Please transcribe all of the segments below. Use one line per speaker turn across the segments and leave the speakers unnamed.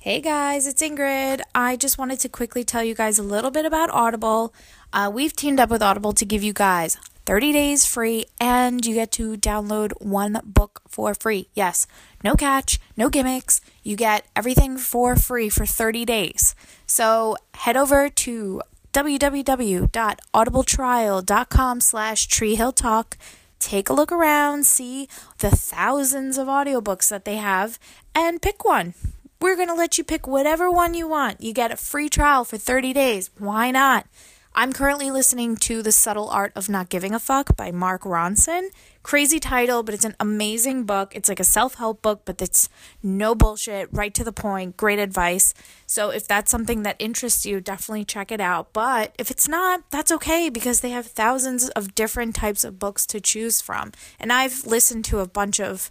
Hey guys, it's Ingrid. I just wanted to quickly tell you guys a little bit about Audible. Uh, we've teamed up with Audible to give you guys 30 days free and you get to download one book for free. Yes, no catch, no gimmicks. You get everything for free for 30 days. So head over to www.audibletrial.com slash treehilltalk take a look around see the thousands of audiobooks that they have and pick one we're going to let you pick whatever one you want. You get a free trial for 30 days. Why not? I'm currently listening to The Subtle Art of Not Giving a Fuck by Mark Ronson. Crazy title, but it's an amazing book. It's like a self help book, but it's no bullshit, right to the point, great advice. So if that's something that interests you, definitely check it out. But if it's not, that's okay because they have thousands of different types of books to choose from. And I've listened to a bunch of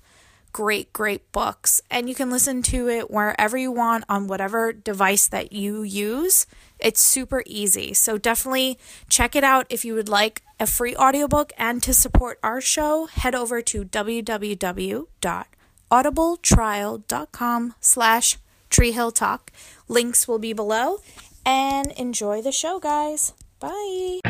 great, great books. And you can listen to it wherever you want on whatever device that you use. It's super easy. So definitely check it out if you would like a free audiobook. And to support our show, head over to www.audibletrial.com slash treehilltalk. Links will be below. And enjoy the show, guys. Bye.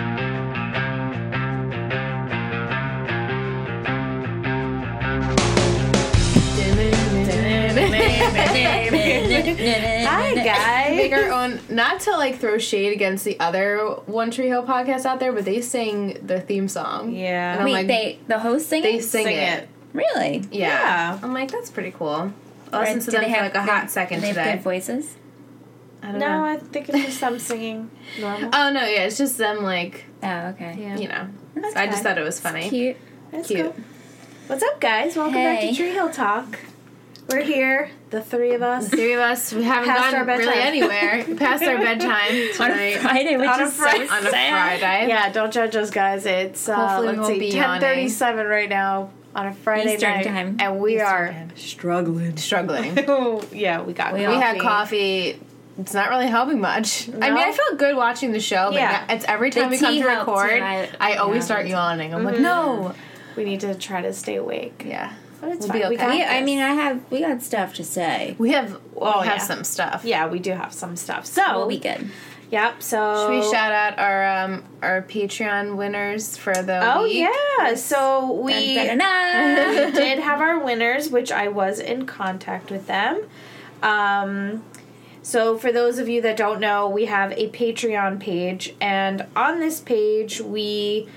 Hi
guys.
Make our own, not to like throw shade against the other One Tree Hill podcast out there, but they sing the theme song.
Yeah.
and I'm
Wait,
like,
they the hosts sing
they
it?
sing,
sing
it.
it.
Really?
Yeah.
Yeah.
I'm like, that's pretty cool. I listened to
Do
them
they
for
have
like a
good-
hot second
do they have
today.
good voices.
I don't
No,
know.
I think it's just them singing normal.
Oh no, yeah, it's just them like
Oh, okay.
Yeah.
you know. So I just
Okay.
thought it was funny.
Cute.
That's
Cute.
cool. What's up, guys? Welcome back
Hey.
to Tree Hill Talk. We're here, the three of us.
Three of us, we haven't
Past
gone
our bedtime.
really anywhere past our bedtime
On
tonight
a Friday, which
On a
is
Friday.
so
on a
sad.
Friday.
yeah, don't judge us, guys. It's uh,
Hopefully we
let's
won't be
see, ten thirty-seven right now on a Friday
Eastern
night,
time.
and we are
time.
struggling.
Struggling.
Oh, yeah, we got.
We
We
coffee.
had coffee. It's not really helping much. I
No?
mean, I felt good watching the show, but
Yeah.
yeah. it's every
The
time we come
tea
to
helped,
record,
yeah,
I always
yeah.
start yawning. I'm
Mm-hmm.
like, no.
We need to try to stay awake.
Yeah.
But it's
We'll be
fine. We
okay.
got
We, I
this.
mean, I have we got stuff to say.
We have
Oh,
we have
yeah.
some stuff.
yeah, we do have some stuff. So
We'll be good.
Yep. So
Should we shout out our um our Patreon winners for the
Oh
week?
yeah. So we
Dun, dun, dun, dun.
did have our winners, which I was in contact with them. Um, so, for those of you that don't know, we have a Patreon page, and on this page, we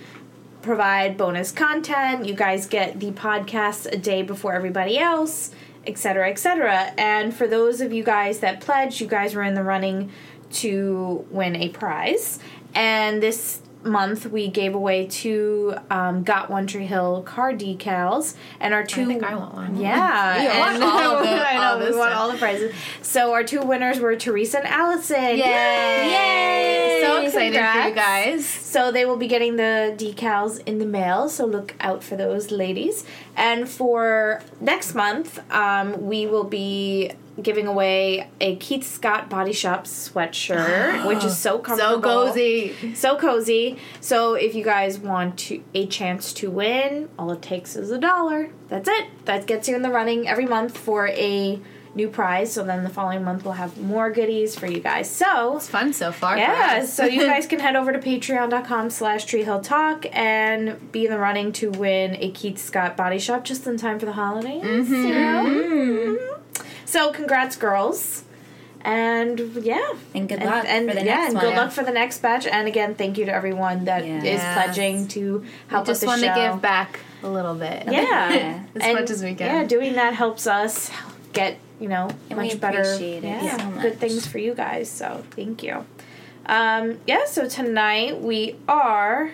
provide bonus content. You guys get the podcast a day before everybody else, etc., etc. And for those of you guys that pledged, you guys were in the running to win a prize. And this month, we gave away two um, Got One Tree Hill car decals, and our two
I think I want one.
yeah,
We want
and-
all of the-
I know
all
we
this
want
stuff.
all the prizes. So our two winners were Teresa and Allison.
Yay! So excited for you
Congrats.
guys.
So they will be getting the decals in the mail. So look out for those ladies. And for next month, um, we will be giving away a Keith Scott Body Shop sweatshirt, which is so
So
comfortable,
cozy.
so cozy. So if you guys want to a chance to win, all it takes is a dollar. That's it. That gets you in the running every month for a new prize. So then the following month we'll have more goodies for you guys. So
It's fun so far.
yeah,
guys.
so you guys can head over to patreon.com slash treehill talk and be in the running to win a Keith Scott body shop just in time for the holidays.
Mm-hmm.
You know? Mhm. So congrats, girls. And yeah.
And good
And-
luck
and,
for the
yeah,
next
and
one.
good luck for the next batch. And again, thank you to everyone that is
Yes.
pledging to help
just
with the
want
show.
to give back a little bit.
Yeah,
Yeah.
As much as we can.
Yeah, doing that helps us get you know
And we
much better.
appreciate it
yeah,
so much.
good things for you guys. So thank you. Um, yeah, so tonight we are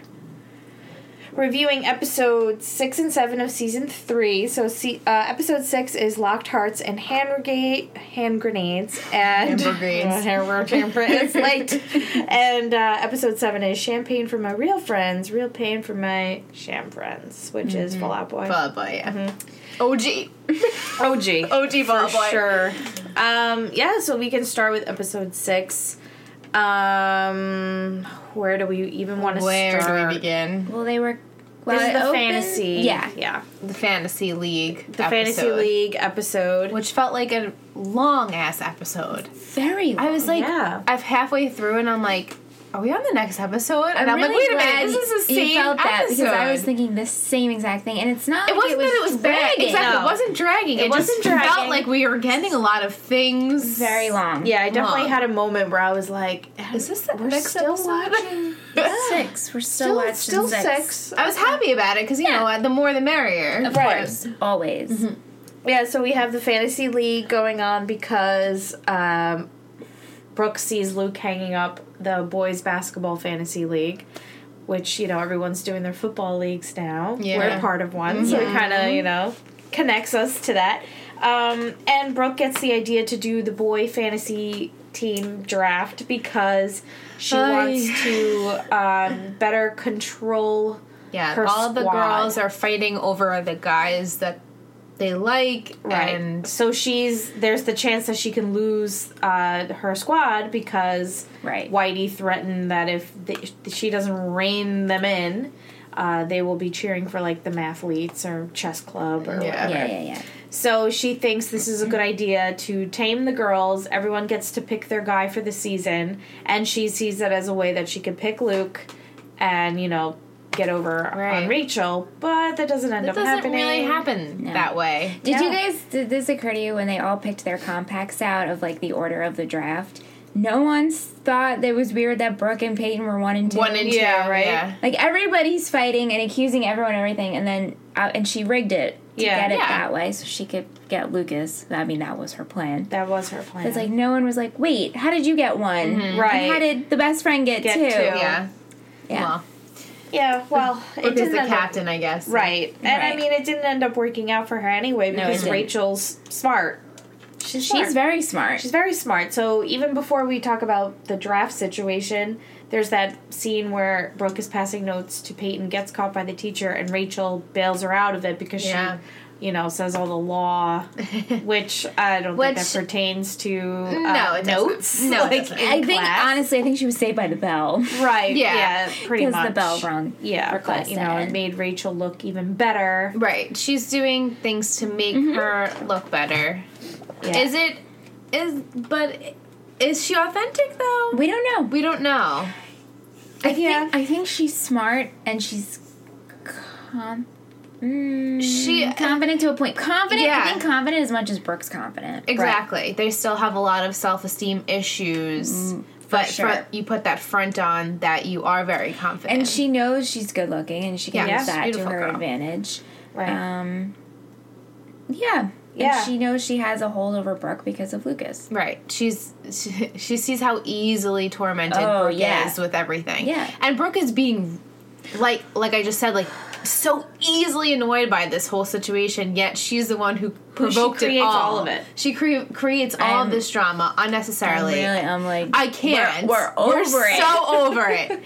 reviewing episodes six and seven of season three. So see, uh, episode six is locked hearts and hand brigade, hand grenades, and
Hand grenades.
hand grenades. It's late. And uh, episode seven is champagne for my real friends, real pain for my sham friends, which is Fall Out Boy.
Fall Out Oh, Boy, yeah. OG.
OG.
OG Fall Out
Mm-hmm. for
Boy.
sure. Um, yeah, so we can start with episode six. Um, where do we even want to
Where
start?
do we begin?
Well, they were. Well,
this is
it
the
opened-
fantasy.
Yeah.
yeah.
The Fantasy League.
The fantasy league episode.
Which felt like a long ass episode.
Very.
I was like,
Yeah.
I've halfway through and I'm like, are we on the next episode? And I'm,
really
like, wait a
glad
minute, this is the
you
same
felt that
episode.
because I was thinking the same exact thing, and it's not.
it
like
wasn't that it was bad.
dragging.
Exactly,
No.
it wasn't dragging. It,
wasn't
just
dragging.
felt like we were getting a lot of things.
Very long.
yeah, I definitely
Mom.
had a moment where I was like,
Is this the
We're
next
still
episode?
watching-
Six. We're still,
Still,
watching
still
six.
six. I was happy about it because you know what, the more the merrier.
Of course, always.
Mm-hmm.
Yeah, so we have the fantasy league going on because um, Brooke sees Luke hanging up the boys basketball fantasy league, which you know everyone's doing their football leagues now.
Yeah.
We're part of one, so it kind of you know connects us to that. Um, and Brooke gets the idea to do the boy fantasy team draft because she
Aye.
wants to um, better control.
Yeah,
Her
all the
squad.
girls are fighting over the guys that they like,
Right.
and
So she's there's the chance that she can lose uh, her squad because
Right.
Whitey threatened that if th she doesn't rein them in, uh, they will be cheering for like the mathletes or chess club or
Yeah.
Yeah,
whatever.
yeah, yeah.
So she thinks this is a good idea to tame the girls. Everyone gets to pick their guy for the season, and she sees it as a way that she could pick Luke, and you know. Get over
Right.
on Rachel, but that doesn't end
it
up
doesn't
happening.
really happen
No.
that way.
Did you
No.
guys? Did this occur to you when they all picked their compacts out of like the order of the draft? No one thought that it was weird that Brooke and Peyton were one and two.
One and two,
Yeah, right?
Yeah.
Like everybody's fighting and accusing everyone of everything, and then uh, and she rigged it to
Yeah.
get it
Yeah.
that way so she could get Lucas. I mean, that was her plan.
That was her plan.
It's like no one was like, "Wait, how did you get one? And
Mm-hmm. Right.
how did the best friend get,
Get
two?
two.
yeah.
Yeah.
Well,
Yeah, well, it
because
didn't
the
end up-
captain, I guess.
right, and I
Right.
mean, it didn't end up working out for her anyway
it
because
didn't.
Rachel's smart. She's smart.
She's very smart.
she's very smart. So even before we talk about the draft situation, there's that scene where Brooke is passing notes to Peyton, gets caught by the teacher, and Rachel bails her out of it because
Yeah.
she, you know, says all the law, which I don't think that
Which-
pertains to uh,
No, it doesn't.
notes.
No, it
like
doesn't.
in
I think
class.
honestly, I think she was saved by the bell.
right?
Yeah.
Yeah, pretty
Because
much
the bell rung.
Yeah,
for
but
class
you
to
know, it
end.
made Rachel look even better.
Right. She's doing things to make her look better.
Yeah.
Is it? Is but is she authentic though?
We don't know.
We don't know.
I think
Yeah.
I think she's smart and she's com- mm,
uh,
She-
confident to a point. Confident,
Yeah.
I think confident as much as Brooke's confident.
Exactly. They still have a lot of self esteem issues. but fr-
Mm, sure.
you put that front on that you are very confident.
And she knows she's good looking, and she can
Yeah,
use
she's a
that to
beautiful
her
girl.
advantage.
Right.
Um, yeah,
Yeah.
And she knows she has a hold over Brooke because of Lucas.
Right. She's she, she sees how easily tormented
Oh,
Brooke
yeah.
is with everything.
Yeah.
And Brooke is being like like I just said, like so easily annoyed by this whole situation, yet she's the one who provoked it
creates
all.
all of it.
She cre- creates all
I'm-
of this drama unnecessarily.
really, I'm like,
I can't.
We're, we're over it.
So over it.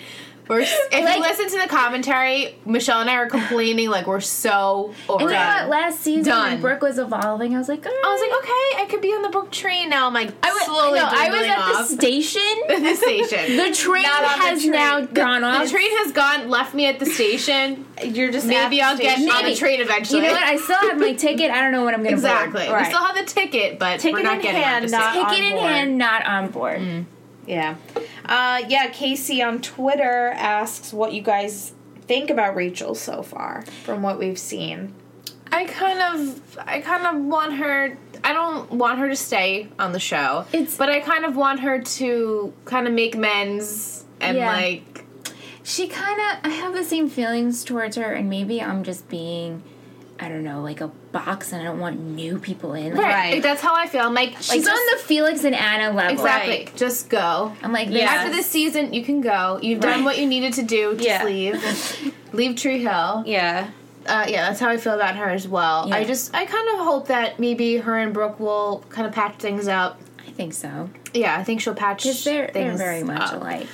We're, s- if
Like-
you listen to the commentary, Michelle and I are complaining like we're so over
and you
it.
know what? Last season,
Done.
when Brooke was evolving. I was like,
I was like, okay, I could be on the Brooke train now. I'm like slowly
no, I was
dwindling
at
off.
the station.
at the station.
The train
Not on the
has
train.
now gone
The
off.
train has gone, left me at the station.
You're just
Maybe I'll get on
Maybe.
the train
you
eventually.
know what? I still have my ticket. I don't know when I'm going to
exactly.
Right.
We still have the ticket, but
Ticket
we're not
in
getting
hand,
on Mm. the
not-
station.
Ticket
on
in
board.
hand, not on board.
Yeah. Uh, yeah, Casey on Twitter asks what you guys think about Rachel so far from what we've seen.
I kind of, I kind of want her. I don't want her to stay on the show.
It's-
but I kind of want her to kind of make amends and
Yeah.
like
She kind of, I have the same feelings towards her, and maybe I'm just being, I don't know, like a box, and I don't want new people in. Like,
Right.
Like, that's how I feel. I'm like
She's
like,
on the Felix and Anna level.
exactly.
Right.
Just go.
I'm like,
Yeah.
yeah.
After this season, you can go. You've done
Right.
what you needed to do. Just
Yeah.
leave. leave Tree Hill.
Yeah.
Uh, yeah, that's how I feel about her as well.
Yeah.
I just, I kind of hope that maybe her and Brooke will kind of patch things up.
I think so.
Yeah, I think she'll patch
Because they're, they're
things
very much
up.
alike.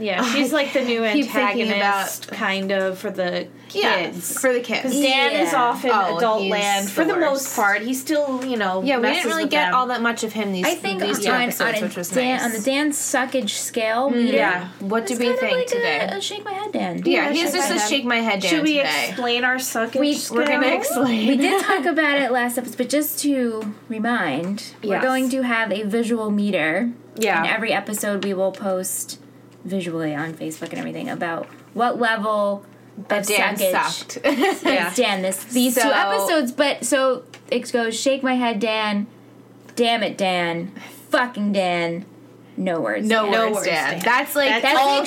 Yeah, she's like the new
keep thinking
antagonist, kind of for the kids.
for the kids.
Because Dan is
Yeah.
off in
Oh,
adult
he's
land
the
for the most
worst.
part. He still, you know,
Yeah, we
messes
didn't really
with
get
them.
all that much of him these,
I think
these two
on,
episodes,
on, a
which was
Dan-
nice. Mm.
on the Dan suckage scale meter,
Yeah.
what do
it's
we
kind of
think
like a-
today?
A, shake my head, Dan.
yeah,
Yeah,
he's
shake
just
my
a
head.
shake my head Dan
Should we
today.
explain our suckage?
We-
We're gonna
scale?
explain.
We did talk about it last episode, but just to remind, we're
Yes.
going to have a visual meter.
Yeah.
And every episode we will post visually on Facebook and everything about what level of
Dan
suckage
sucked.
is Dan this these two
So-
episodes. But so it goes shake my head, Dan. Damn it, Dan. Fucking Dan. No words.
no,
Dan.
no
words,
words, Dan.
Dan.
That's like
That's
all
an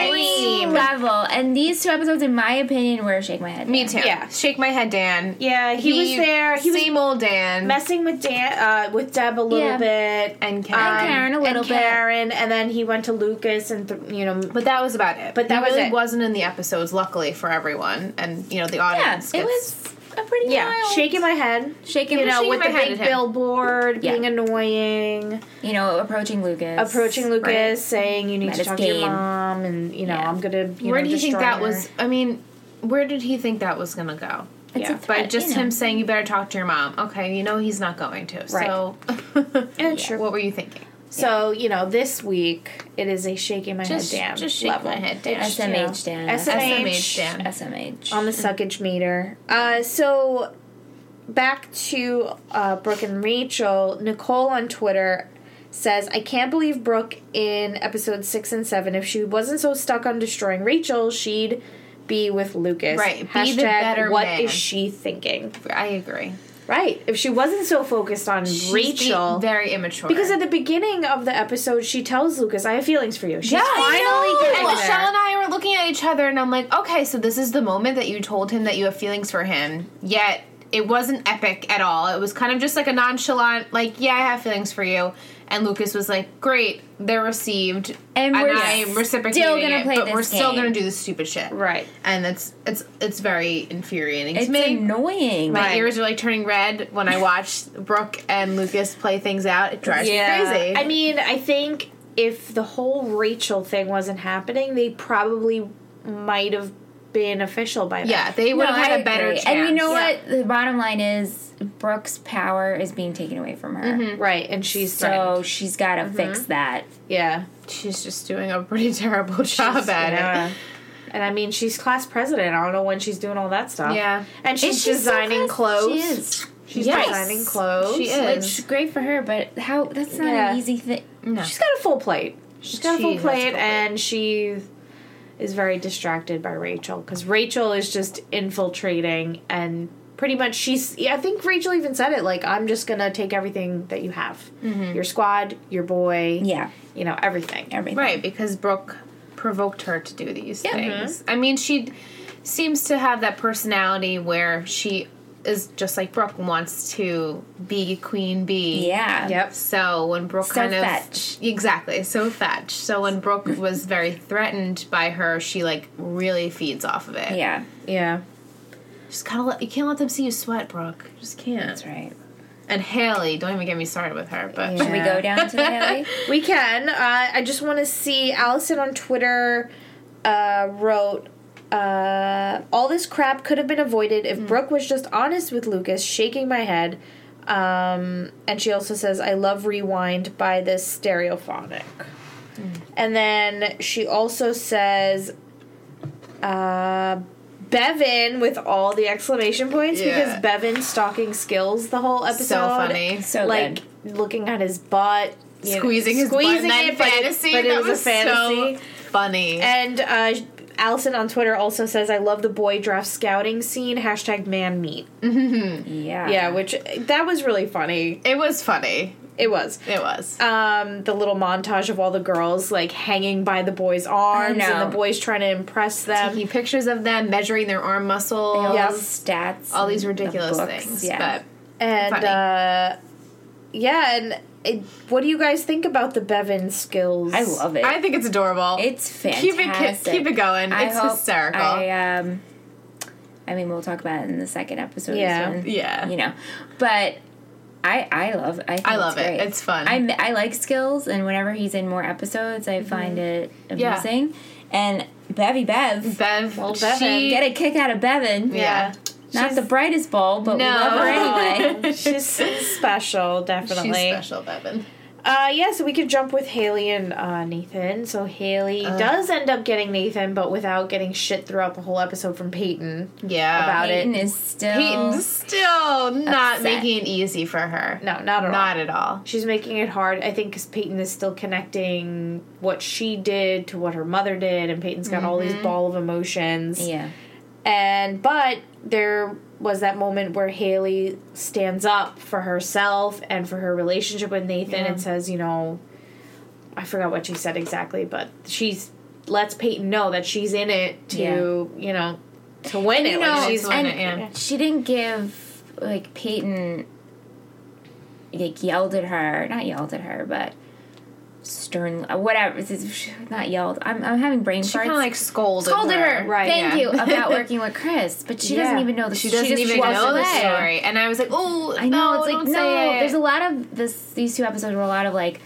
extreme level. And these two episodes, in my opinion, were shake my head.
Me
Dan.
too.
Yeah.
Shake my head, Dan.
Yeah, he, was there. He was
same old Dan.
messing with Dan, uh, with Deb a little
Yeah.
bit,
And Karen. And
Karen a
Um, and
little bit.
Karen, and then he went to Lucas, and th- you know,
but that was about it.
But that
he
was
really
it.
wasn't in the episodes, luckily for everyone, and you know the
Yeah,
audience.
it
gets-
was a pretty
yeah,
mild.
shaking my head,
shaking,
you
my-
know,
shaking
with
my
the
head
big
at him.
billboard,
Yeah.
being annoying.
you know, approaching Lucas,
approaching Lucas, saying you need
Met
to
his
talk to
game.
your mom, and you know
Yeah.
I'm gonna. You
where
know,
do you think
destroy
that
her.
was? I mean, where did he think that was gonna go?
It's a
Yeah,
By
threat,
just
you know.
him saying you better talk to your mom. Okay, you know he's not going to. So,
And sure.
what were you thinking?
So you know, this week it is a shaking my
Just,
head, damn
just shake
level.
my head, Dan.
SMH Dan,
SMH,
SMH Dan.
SMH.
Um,
on the suckage meter. Uh, so back to uh, Brooke and Rachel. Nicole on Twitter says, "I can't believe Brooke in episode six and seven. If she wasn't so stuck on destroying Rachel, she'd." Be with Lucas.
Right,
Hashtag,
be the better
What
man.
is she thinking?
I agree.
Right. If she wasn't so focused on
She's
Rachel,
being very immature.
Because at the beginning of the episode, she tells Lucas, "I have feelings for you." She's
Yeah,
finally getting
and
there.
Michelle and I were looking at each other, and I'm like, okay, so this is the moment that you told him that you have feelings for him. Yet it wasn't epic at all. It was kind of just like a nonchalant, like, yeah, I have feelings for you. And Lucas was like, great, they're received,
And we're
I am
still
reciprocating
gonna
it,
play
but
this
we're still
game.
gonna do this stupid shit,
Right.
And that's it's it's very infuriating
it's
to me.
annoying.
My
Right.
ears are like turning red when I watch Brooke and Lucas play things out. It drives me crazy.
I mean, I think if the whole Rachel thing wasn't happening, they probably might have been official by then.
yeah, they would
No,
have had
I
a better
agree.
chance.
And you know
Yeah.
what? The bottom line is Brooke's power is being taken away from her.
Mm-hmm.
Right. And she's
So
threatened.
she's got to fix that.
yeah.
She's just doing a pretty terrible job at
yeah.
it.
And I mean, she's class president. I don't know when she's doing all that stuff.
Yeah.
And she's
she still
designing
class-
clothes.
She is.
She's
Yes.
designing clothes.
She is.
Which great for her, but how? That's not
Yeah.
an easy thing.
No.
She's got a full plate. She's
She
got a full
has a full
plate,
plate.
and she is very distracted by Rachel because Rachel is just infiltrating and pretty much she's. yeah, I think Rachel even said it like, "I'm just gonna take everything that you have,
Mm-hmm.
your squad, your boy,
Yeah,
you know, everything."
everything.
Right, because Brooke provoked her to do these
Yeah. Mm-hmm.
things. I mean, she seems to have that personality where she is just like Brooke wants to be Queen Bee.
Yeah.
Yep.
So when Brooke
So
kind of
fetch.
exactly so fetch. So when Brooke was very threatened by her, she like really feeds off of it.
Yeah.
Yeah.
just gotta let you can't let them see you sweat, Brooke. Just can't.
That's right.
And Haley, don't even get me started with her. But
Should we
Yeah.
go down to the alley?
We can. Uh, I just want to see Allison on Twitter uh, wrote. Uh, all this crap could have been avoided
Hmm.
if Brooke was just honest with Lucas, shaking my head. Um, and she also says, I love Rewind by this stereophonic.
Hmm.
And then she also says, uh, Bevan with all the exclamation points
Yeah.
because Bevan stalking skills the whole episode
so funny.
So
like
good.
looking at his butt, you know,
squeezing his squeezing butt in
but it-
fantasy.
but it,
that
was, a fantasy.
So funny.
and uh, Allison on Twitter also says, "I love the boy draft scouting scene." Hashtag man meat.
Yeah.
Yeah, which that was really funny.
it was funny.
It was.
It was.
Um, the little montage of all the girls like hanging by the boys' arms and
know.
the boys trying to impress them.
Taking pictures of them, measuring their arm muscle,
All
Yep.
those stats.
all these
and the
ridiculous
books,
things.
Yeah.
And
Funny.
uh, yeah, and it, what do you guys think about the Bevan skills?
I love
But
it.
I think it's adorable.
it's
Keep it ki-
fantastic.
keep it going.
I
it's
hope
hysterical.
I um, I mean, we'll talk about it in the second episode.
Yeah.
soon,
Yeah.
You know, but I I love I think
I love
it's
it.
great.
It's fun.
I m- I like Skills, and whenever he's in more episodes, I find it
Mm-hmm. Yeah.
amusing. And Bevy Bev,
Bev,
Well,
she
Bev,
get a kick out of Bevan.
yeah.
Not the brightest bulb, but we
No.
love her anyway.
She's special, definitely.
She's special, Bevan.
Uh, yeah, so we could jump with Haley and uh, Nathan. So Haley does end up getting Nathan, but without getting shit throughout the whole episode from Peyton.
Yeah.
About-
Peyton is still
Peyton's still not
Upset.
making it easy for her.
No, not at all.
Not at all.
She's making it hard, I think, because Peyton is still connecting what she did to what her mother did, and Peyton's got all these ball of emotions.
yeah.
And but there was that moment where Haley stands up for herself and for her relationship with Nathan and says, you know, I forgot what she said exactly, but she's lets Peyton know that she's in it to, you know, to win it.
You
like
know,
she's
when
and-
it- yeah.
She didn't give like Peyton like yelled at her, not yelled at her, but stern whatever. this is- Not yelled. I'm I'm having brain
She
farts.
kind of like scolded,
scolded her.
Right,
Thank
yeah.
you about working with Chris, but she doesn't
Yeah.
even know the
She doesn't
just
even
walks
know the
away.
story. And I was like, oh,
I know
no,
it's like
don't
no.
say it.
There's a lot of this. These two episodes were a lot of like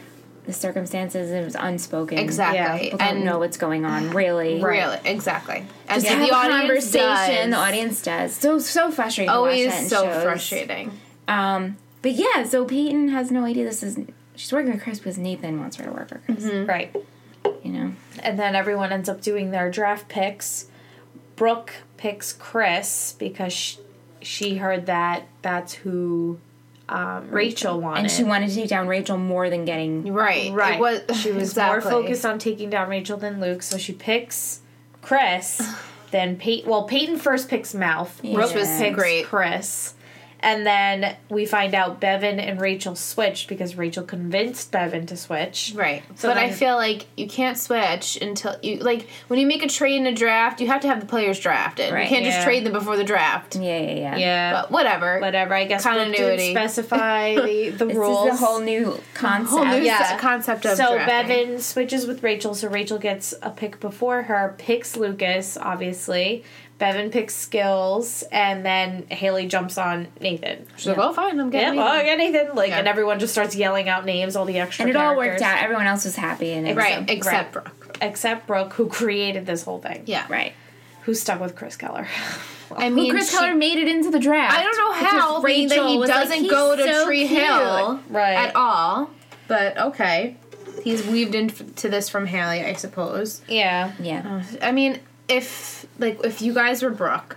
the circumstances and it was unspoken.
Exactly.
People don't
and
know what's going on really.
really, exactly. And
Just
so
have
the
a
audience
conversation. The
does.
audience does. So so frustrating. to watch that in
always so
shows.
frustrating.
Um, but yeah, so Peyton has no idea this is. She's working with Chris because Nathan wants her to work with Chris.
Mm-hmm.
right.
You know,
And then everyone ends up doing their draft picks. Brooke picks Chris because she, she heard that that's who um, Rachel wanted.
and she wanted to take down Rachel more than getting.
Right.
Right.
It was,
she was
exactly.
more focused on taking down Rachel than Luke, so she picks Chris. then Peyton. Well, Peyton first picks Mouth. Brooke
was
picks
great.
Chris. And then we find out Bevan and Rachel switched because Rachel convinced Bevan to switch.
Right.
So
but I
then-
feel like you can't switch until you like when you make a trade in a draft, you have to have the players drafted.
Right.
You can't
Yeah.
just trade them before the draft.
Yeah, yeah, yeah.
Yeah.
But whatever.
Whatever. I guess Brooke
Continuity.
didn't specify the, the
This
rules.
is a whole new concept.
Whole new
Yeah.
se- concept of
so
drafting.
Bevan switches with Rachel, so Rachel gets a pick before her, picks Lucas, obviously. Bevan picks Skills, and then Haley jumps on Nathan.
She's like, oh, fine, I'm
Yeah,
getting
well,
it."
I got Nathan. Like,
Yeah.
and everyone just starts yelling out names, all the extra.
and it all worked
characters.
out. Everyone else was happy, and it was
Right, except Brooke.
except Brooke, who created this whole thing.
Yeah.
so- right.
who stuck with Chris Keller.
I
Well,
mean,
Chris
she-
Keller made it into the draft.
I don't know how being that he doesn't go to Tree Hill
Right.
at all. But okay. He's weaved into this from Haley, I suppose.
yeah,
Yeah,
I mean, if like if you guys were Brooke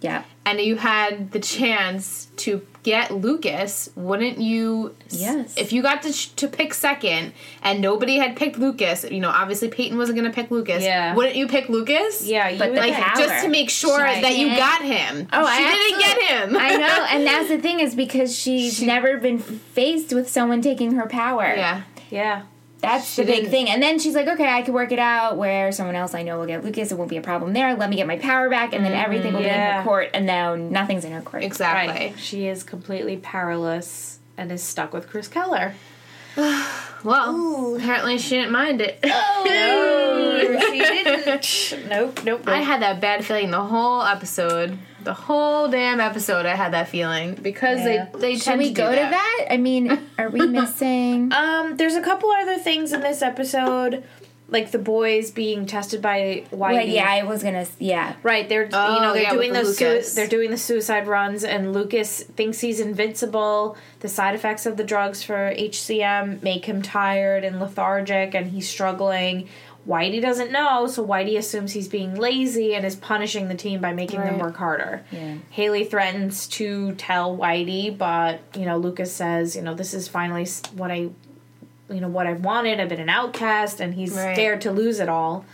yeah.
and you had the chance to get Lucas, wouldn't you?
Yes.
If you got to, sh- to pick second and nobody had picked Lucas, you know, obviously Peyton wasn't going to pick Lucas.
Yeah.
Wouldn't you pick Lucas?
yeah. You
But
would
the
Like
think.
Power.
just to make sure
Right.
that you
Yeah.
got him.
Oh, I
she didn't
absolutely-
get him.
I know, and that's the thing is because she's never been faced with someone taking her power.
yeah.
yeah,
That's the big thing. And then she's like, okay, I can work it out where someone else I know will get Lucas. It won't be a problem there. Let me get my power back. And then everything will be in her
yeah.
court. And now nothing's in her court.
Mm, Exactly.
right. She is completely powerless and is stuck with Chris Keller.
Well, apparently she didn't mind it.
No, she didn't. nope, nope.
I had that bad feeling the whole episode. The whole damn episode, I had that feeling because
Yeah.
they they
Can
tend
we
to
go
do
to
that.
that? I mean, are we missing?
Um, there's a couple other things in this episode, like the boys being tested by E. Whitey.
Well, yeah, I was going to. Yeah.
Right, they're
Oh,
you know they're
yeah,
doing
with
those sui-
Lucas.
they're doing the suicide runs, and Lucas thinks he's invincible. The side effects of the drugs for HCM make him tired and lethargic, and he's struggling. Whitey doesn't know, so Whitey assumes he's being lazy and is punishing the team by making them
Right.
work harder.
Yeah.
Haley threatens to tell Whitey, but you know Lucas says, you know this is finally s- what I, you know what I've wanted. I've been an outcast, and he's
Right.
scared to lose it all.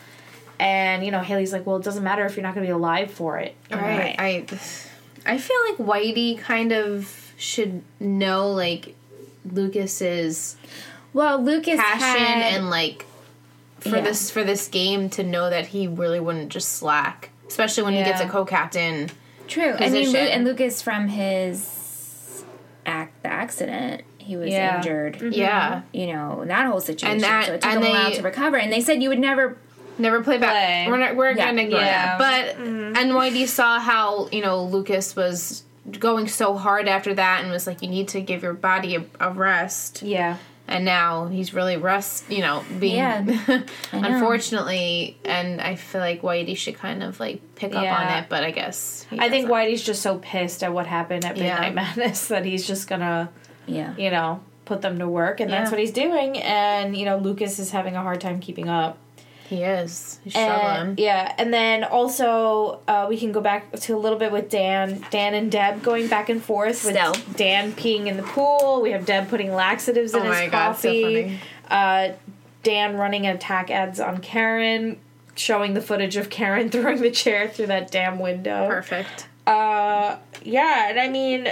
And you know Haley's like, well, it doesn't matter if you're not going to be alive for it.
All right. I I feel like Whitey kind of should know like Lucas's
Well, Lucas
passion
had,
and like for
Yeah.
this for this game to know that he really wouldn't just slack, especially when he gets a
Yeah.
co-captain.
True. I mean,
position.
Lu- and Lucas from his act, the accident, he was
Yeah.
injured.
Yeah.
You know, in that whole situation.
that-
so it took
and
him a while
they-
to recover. And they said you would never
Never play back.
Play.
We're not, we're
Yeah. Mm-hmm.
gonna ignore
Yeah.
that. But and Whitey saw how you know Lucas was going so hard after that and was like, you need to give your body a, a rest.
Yeah.
And now he's really rest, you know, being
Yeah, I know.
unfortunately. And I feel like Whitey should kind of like pick up on
Yeah.
it, but I guess he
I think E
doesn't.
Whitey's just so pissed at what happened at
Yeah.
Midnight Madness that he's just gonna,
Yeah.
you know, put them to work, and that's
Yeah.
what he's doing. And you know, Lucas is having a hard time keeping up.
he is. He's struggling.
And, yeah, and then also uh, we can go back to a little bit with Dan, Dan and Deb going back and forth. With
Still.
Dan peeing in the pool. We have Deb putting laxatives
Oh
in
my
his
God, so
coffee. Uh, Dan running attack ads on Karen, showing the footage of Karen throwing the chair through that damn window.
Perfect.
Uh, yeah, and I mean,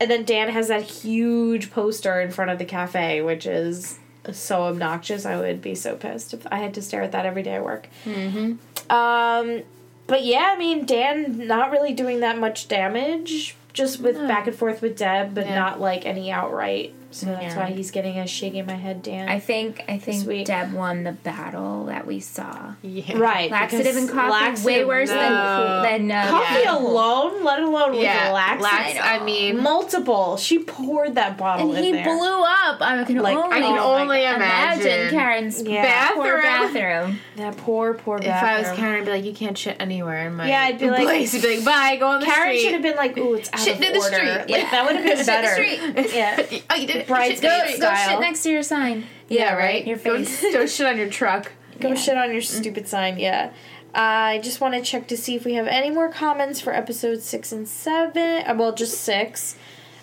and then Dan has that huge poster in front of the cafe, which is so obnoxious. I would be so pissed if I had to stare at that every day at work. Mm-hmm. Um, but yeah, I mean, Dan not really doing that much damage, just with back and forth with Deb, but
Yeah.
not like any outright. So that's
Yeah.
why he's getting a shake in my head, Dan.
I think I
week.
think Deb won the battle that we saw.
Yeah.
right,
Laxative
because
and coffee way
laxative-
worse
no.
than than uh,
Coffee
Yeah.
alone, let alone with
Yeah.
laxative.
Lax, I mean,
Multiple. She poured that bottle
And
in
he
there.
blew up. I can
Like,
only,
I
can
only
only
imagine,
imagine.
Karen's
Yeah.
Bathroom.
poor bathroom.
that poor, poor
If I was
bathroom.
Karen, I'd be like, you can't shit anywhere in my
Yeah, I'd be like-
place. I'd be like, bye, go on the
Karen
street.
should have been like, "Ooh, it's out
Shit
of
to the
order."
street.
Like,
Yeah.
That would
Shit
have been
to the
better.
street.
Yeah.
oh, you did it.
Bright
Shit to
Go,
the
Great
street.
go
style.
shit next to your sign.
Yeah, right.
Your
Go-
face.
Go, shit on your truck.
Go shit on your stupid sign. Yeah. I just want to check to see if we have any more comments for episodes six and seven. Uh, well, just six.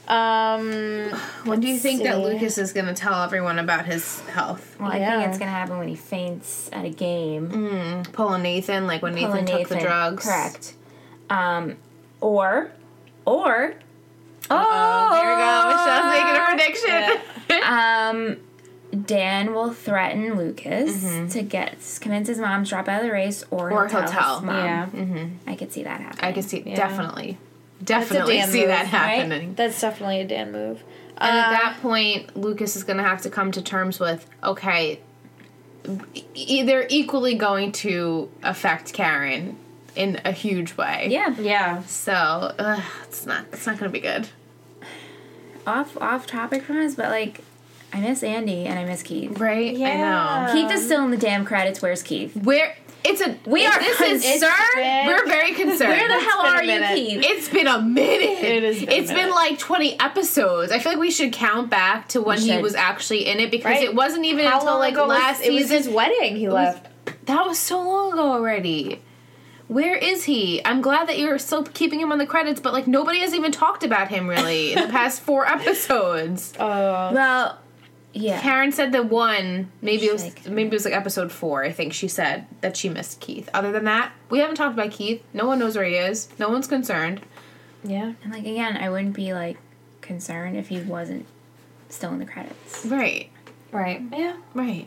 Um,
When do you think that
see.
Lucas is going to tell everyone about his health?
Well, I
Yeah.
think it's gonna happen when he faints at a game.
Pulling Nathan, like when Nathan,
Pulling
Mm, took the drugs.
Correct. Um, or, or,
Oh, here we go. Michelle's
oh,
making a prediction.
Um, Dan will threaten Lucas to get convince his mom to drop out of the race, or,
Or
he'll tell
hotel.
his mom.
yeah,
I could see that happen.
I can see, definitely, definitely
damn
see
move,
that
right?
happening.
that's definitely a Dan move.
And at
Uh,
that point, Lucas is going to have to come to terms with okay, e- they're equally going to affect Karen in a huge way.
yeah.
yeah,
So ugh, it's not it's not going to be good.
Off off topic from us, but like, I miss Andy and I miss Keith.
Right? I
Yeah.
know.
Keith is still in the damn credits. Where's Keith?
We're it's a
We are
this is
concerned.
been-
we're very concerned.
Where the hell
been a
are you,
minute.
Keith?
It's been a minute.
It has been a
It's been
minute.
like 20 episodes. I feel like we should count back to when he
should.
was actually in it because
Right.
it wasn't even
How
until
long
like
ago was-
last
it was
season.
his wedding? He left.
That was so long ago already. Where is he? I'm glad that you're still keeping him on the credits, but like nobody has even talked about him really in the past four episodes.
Uh,
well, yeah.
Karen said the one, maybe it was
Like-
maybe it was like episode four. I think she said that she missed Keith. Other than that, we haven't talked about Keith. No one knows where he is. No one's concerned.
yeah.
And like again, I wouldn't be like concerned if he wasn't still in the credits.
Right,
Right. Yeah.
right.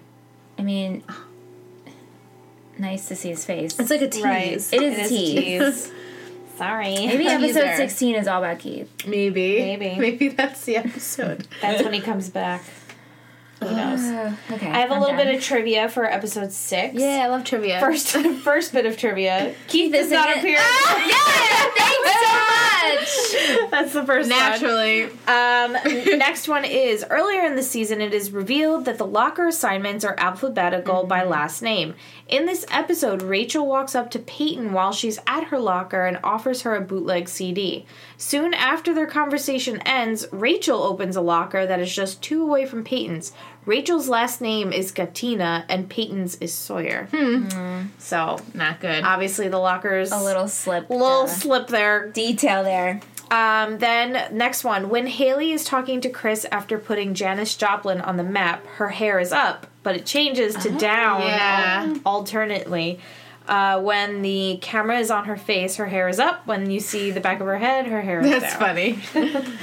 I mean, nice to see his face.
It's like a
Right.
tease.
It is tease.
Sorry.
Maybe episode
Teaser.
sixteen is all about Keith.
Maybe,
Maybe.
maybe that's the episode.
That's when he comes back. Who knows?
okay.
I have a little bit of trivia for episode six.
yeah, I love trivia.
First, first bit of trivia.
Keith is Ah,
Does not appear.
yeah! Thanks so much.
That's the first one.
naturally,
Um, n- next one is earlier in the season, it is revealed that the locker assignments are alphabetical by
Mm-hmm.
last name. In this episode, Rachel walks up to Peyton while she's at her locker and offers her a bootleg CD. Soon after their conversation ends, Rachel opens a locker that is just two away from Peyton's. Rachel's last name is Katina and Peyton's is Sawyer. So,
not good.
obviously, the locker's
Hmm. A little slip.
little
uh,
slip there.
detail there.
Um, then next one, when Haley is talking to Chris after putting Janice Joplin on the map, her hair is up, but it changes to down
Oh, yeah.
al- alternately. Uh, when the camera is on her face, her hair is up. When you see the back of her head, her hair is
That's
down.
funny.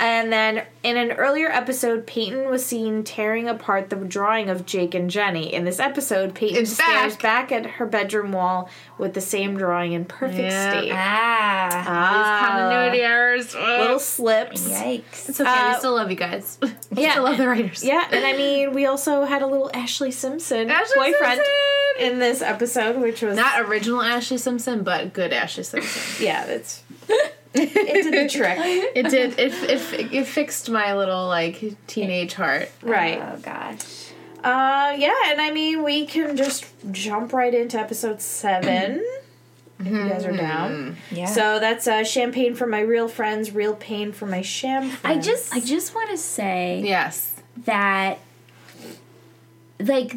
And then in an earlier episode, Peyton was seen tearing apart the drawing of Jake and Jenny. In this episode, Peyton
It's
stares back at her bedroom wall with the same drawing in perfect
Yeah.
state.
Ah.
Uh,
Ah,
Continuity errors.
little slips.
Yikes.
It's okay. we
Uh,
still love you guys. We
yeah.
still love the writers.
Yeah, and I mean, we also had a little Ashley Simpson
Ashley
boyfriend
Simpson!
in this episode, which was
Not original Ashley Simpson, but good Ashley Simpson.
yeah, that's It did the trick.
It did. It, it, it fixed my little like teenage heart.
Right.
Oh gosh.
Uh, yeah, and I mean, we can just jump right into episode seven. if you guys are down.
Yeah.
So that's uh, champagne for my real friends, real pain for my sham.
I
friends.
just I just want to say
Yes.
that like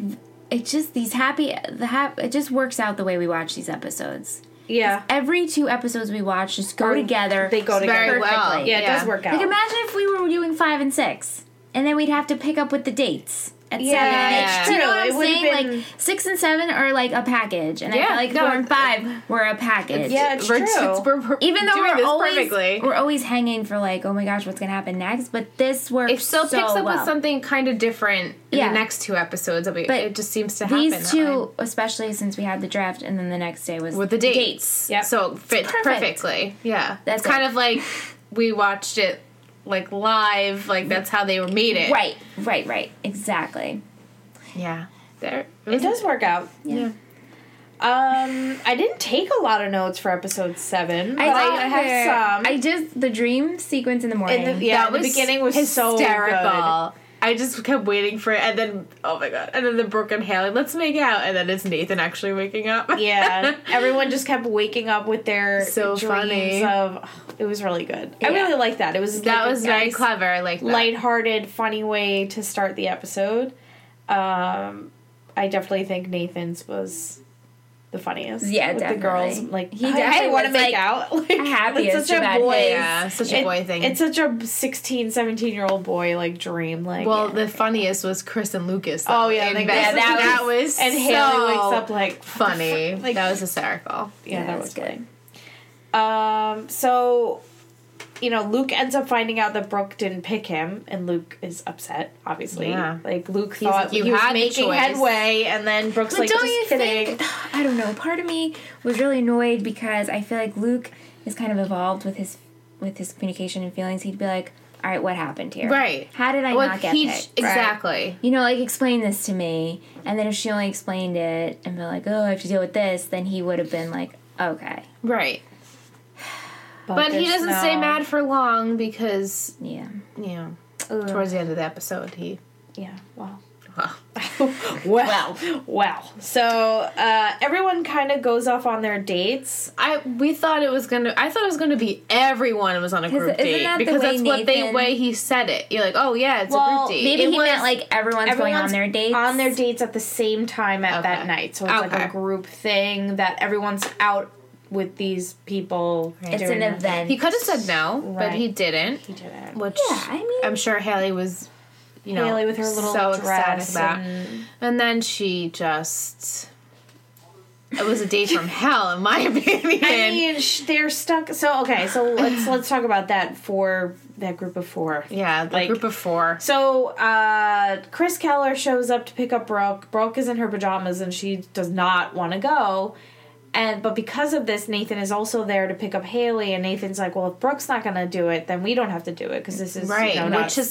it just these happy the hap- it just works out the way we watch these episodes.
yeah,
Every two episodes we watch just go
Or
together.
they go together.
Very well.
Perfectly.
yeah, it does work out.
Like imagine if we were doing five and six, and then we'd have to pick up with the dates at seven and
yeah,
eight.
it's
Do
true.
you know
I'm
it would
saying
have been
like six and seven are like a package, and I
Yeah,
feel like
no,
four and five were a package.
Yeah, it's
we're,
true.
It's, we're, we're
even though
doing
we're
this
always
perfectly.
we're always hanging for like, oh my gosh, what's gonna happen next? But this works.
it still
so
picks up
well.
with something kind of different in
Yeah.
the next two episodes. That we,
But
it just seems to happen. that
These two,
way.
especially since we had the draft, and then the next day was
with the dates.
Yep.
So it fits
perfect.
perfectly. Yeah.
That's
it's kind
it.
of like we watched it like live. Like that's how they were made it.
Right, right, right. Exactly.
Yeah. There.
it does work out.
Yeah.
Um, I didn't take a lot of notes for episode seven, but I,
like the-
have some.
I just the dream sequence in the morning.
in the, yeah,
that
the
was
beginning was so
hysterical. I just kept waiting for it, and then oh my god, and then the Brooke and Haley, let's make out, and then it's Nathan actually waking up.
good. Yeah, everyone just kept waking up with their
So
dreams
funny.
of. It was really good. I
Yeah.
really liked that. It was
that
like a
was very
nice,
clever. I like that.
lighthearted, funny way to start the episode. Um, I definitely think Nathan's was the funniest.
Yeah,
with the
definitely.
girls like
He
he I,
definitely
want to
was,
make
like,
out. Like,
happiest
it's such
about
a boy.
his-
Yeah, such a
It-
boy thing.
It's such a 16, 17 year old boy like dream. Like
well, the funniest was Chris and Lucas.
Oh, yeah,
in
they-
bed.
yeah,
that,
that
was,
and
so
Haley wakes up like
funny.
Like-
that was hysterical.
yeah, that was good.
good.
Um, so, you know, Luke ends up finding out that Brooke didn't pick him, and Luke is upset. Obviously,
Yeah.
like Luke
He's
thought
like, "You
he was
had the
making
choice."
headway, and then Brooke's
But
like,
don't
"Just
you
kidding."
think? I don't know. Part of me was really annoyed because I feel like Luke is kind of evolved with his with his communication and feelings. He'd be like, "All right, what happened here?
Right.
How did I
Well,
not get
he-
picked?
exactly.
You know, like explain this to me." And then if she only explained it and be like, "Oh, I have to deal with this," then he would have been like, "Okay,
Right. But he
there's
doesn't
no-
stay mad for long because,
yeah."
you know, towards the end of the episode, he.
Yeah. Wow.
Well,
Well, wow. So uh, everyone kind of goes off on their dates.
I we thought it was gonna. I thought it was gonna be everyone was on a group
isn't
date
that the
because
way
that's what they
Nathan-
way he said it. You're like, oh yeah, it's
Well,
a group date.
Maybe
It
he
was-
meant like everyone's, going on their dates.
on their dates at the same time at that
Okay.
night. So it's like
Okay.
a group thing that everyone's out with these people.
It's
doing
an
their-
event.
he could have said no, but
Right.
he didn't.
He did it.
Which
Yeah, I mean-
I'm sure Haley was, you know,
Haley with her little
so
dress
excited about.
and-
And... then she just. It was a date from hell, in my opinion.
I mean, sh- they're stuck. So okay, so let's let's talk about that for that group of four.
yeah, the
like-
group of four.
So uh, Chris Keller shows up to pick up Brooke. Brooke is in her pajamas and she does not want to go. And but because of this, Nathan is also there to pick up Haley, and Nathan's like, "Well, if Brooke's not gonna do it, then we don't have to do it because this is
Right,
you know, not
which is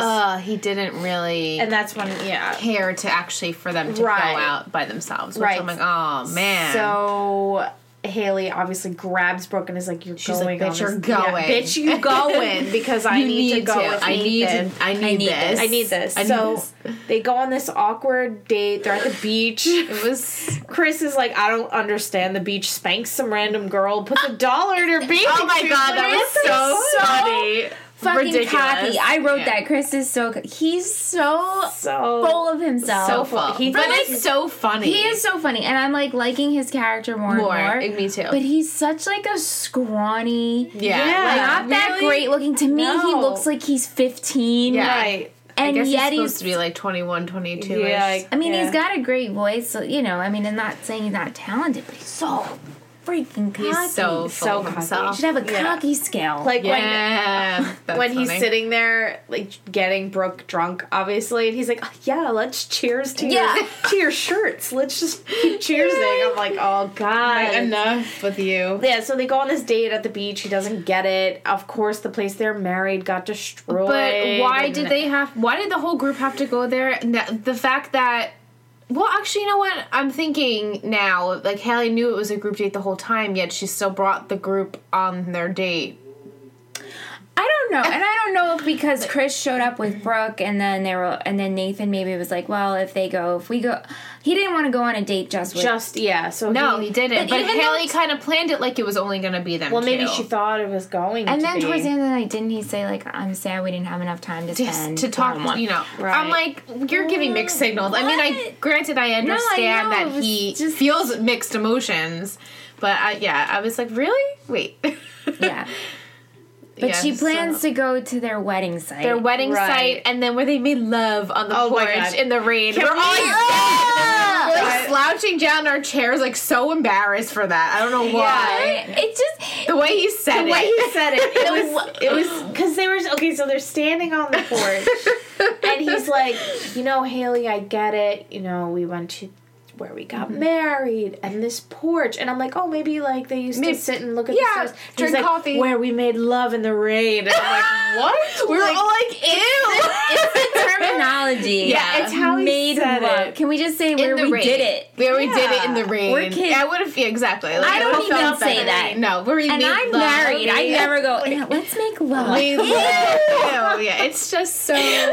like, uh, he didn't really
and that's when yeah,
care to actually for them to
Right.
go out by themselves. Which
Right.
I'm like, oh man.
So Haley obviously grabs Brooke and is like, "You're
She's
going,
like,
on
"Bitch, you're
this- yeah,
going."
bitch, you going because I
You
need, to go with
I need.
Nathan.
I need,
need
this.
this.
I need this."
I need
so
this.
they go on this awkward date. They're at the beach.
It was.
Chris is like, "I don't understand the beach." Spanks some random girl. Puts a dollar in her beach.
Oh my
She's
god, that was
literally
so, funny.
fucking
Ridiculous.
cocky. I wrote
Yeah.
that. Chris is so co- he's so
So-
full of himself.
So funny.
He
but
thought-
it's so funny.
He is so funny, and I'm like liking his character more,
More,
and
and
more.
me too.
But he's such like a scrawny,
Yeah.
Yeah.
not that
Really?
great looking. To me, he
No.
looks like he's 15.
Yeah.
Right.
I
and
guess he's
yet
supposed
he's.
to be like 21, 22 -ish.
Yeah, like-
I mean,
Yeah.
he's got a great voice, so you know. I mean, I'm not saying he's not talented, but he's so freaking cocky.
he's so full
so
of
cocky.
himself.
should have a
Yeah.
cocky scale.
Like when
Yeah. That's
when he's
funny.
sitting there, like getting Brooke drunk, obviously, and he's like, "Oh, "Yeah, let's cheers to
Yeah.
your to your shirts. Let's just keep cheersing." I'm like, "Oh God."
Like, enough with you.
yeah, so they go on this date at the beach. He doesn't get it. Of course, the place they're married got destroyed.
But why
and-
did they have? Why did the whole group have to go there? And that- The fact that Well, actually, you know what? I'm thinking now. Like Haley knew it was a group date the whole time, yet she still brought the group on their date.
I don't know, and I don't know if because Chris showed up with Brooke, and then they were, and then Nathan maybe was like, "Well, if they go, if we go," he didn't want to go on a date just with.
Just yeah. So
No, he didn't. But,
even though
Haley
it's-
kind of planned it like it was only going to be them.
Well, maybe
two.
she thought it was going.
and
to
then
be.
towards the end of the night, didn't he say like, "I'm sad we didn't have enough time to
Just
spend
to talk,
one-on-one."
you know. I'm
Right.
like, you're giving mixed signals. I mean, I
What?
granted, I understand
know, it
that
was
he
just-
feels mixed emotions, but I, yeah, I was like, really? Wait,
Yeah, but
Yeah,
she
so-
plans to go to their wedding site.
their wedding
Right.
site, and then where they made love on the
Oh my
porch
God.
in the rain. We're all like, we're, like, slouching down our chairs, like so embarrassed for that. I don't know why.
Right? It just
The way he said
the way
it.
he said it, it was it was because they were okay. So they're standing on the porch, and he's like, you know, Haley, I get it. You know, we went to where we got
Mm-hmm.
married and this porch, and I'm like, oh, maybe like they used
Maybe-
to sit and look at
yeah,
the stars. And
drink
he's like,
coffee.
where we made love in the rain. And I'm like, what?
we were
Like,
all like, ew.
terminology.
Yeah,
it's how he
made
said
love.
it.
Can we just say where
in the
we
rain.
did it?
Where we did it
Yeah.
in the rain.
We're kids.
I would have yeah, exactly. Like,
I don't
would've
even
felt
say
in the
that.
rain. No, we're
And I'm married. I never go. "Yeah, Let's make love.
We love you. Yeah, it's just so.
can't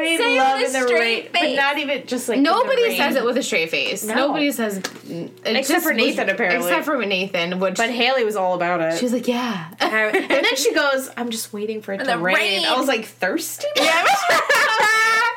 made
say it
love
with
in
a
the rain,
straight
but
face.
not even just like in the
Nobody
rain.
says it with a straight face.
No.
Nobody says. it just
for Nathan, apparently.
Except for Nathan, which
But Haley was all about it.
she was like, yeah.
and then she goes, "I'm just waiting for it to
the
rain.
rain.
I was like, "Thirsty?"
Yeah,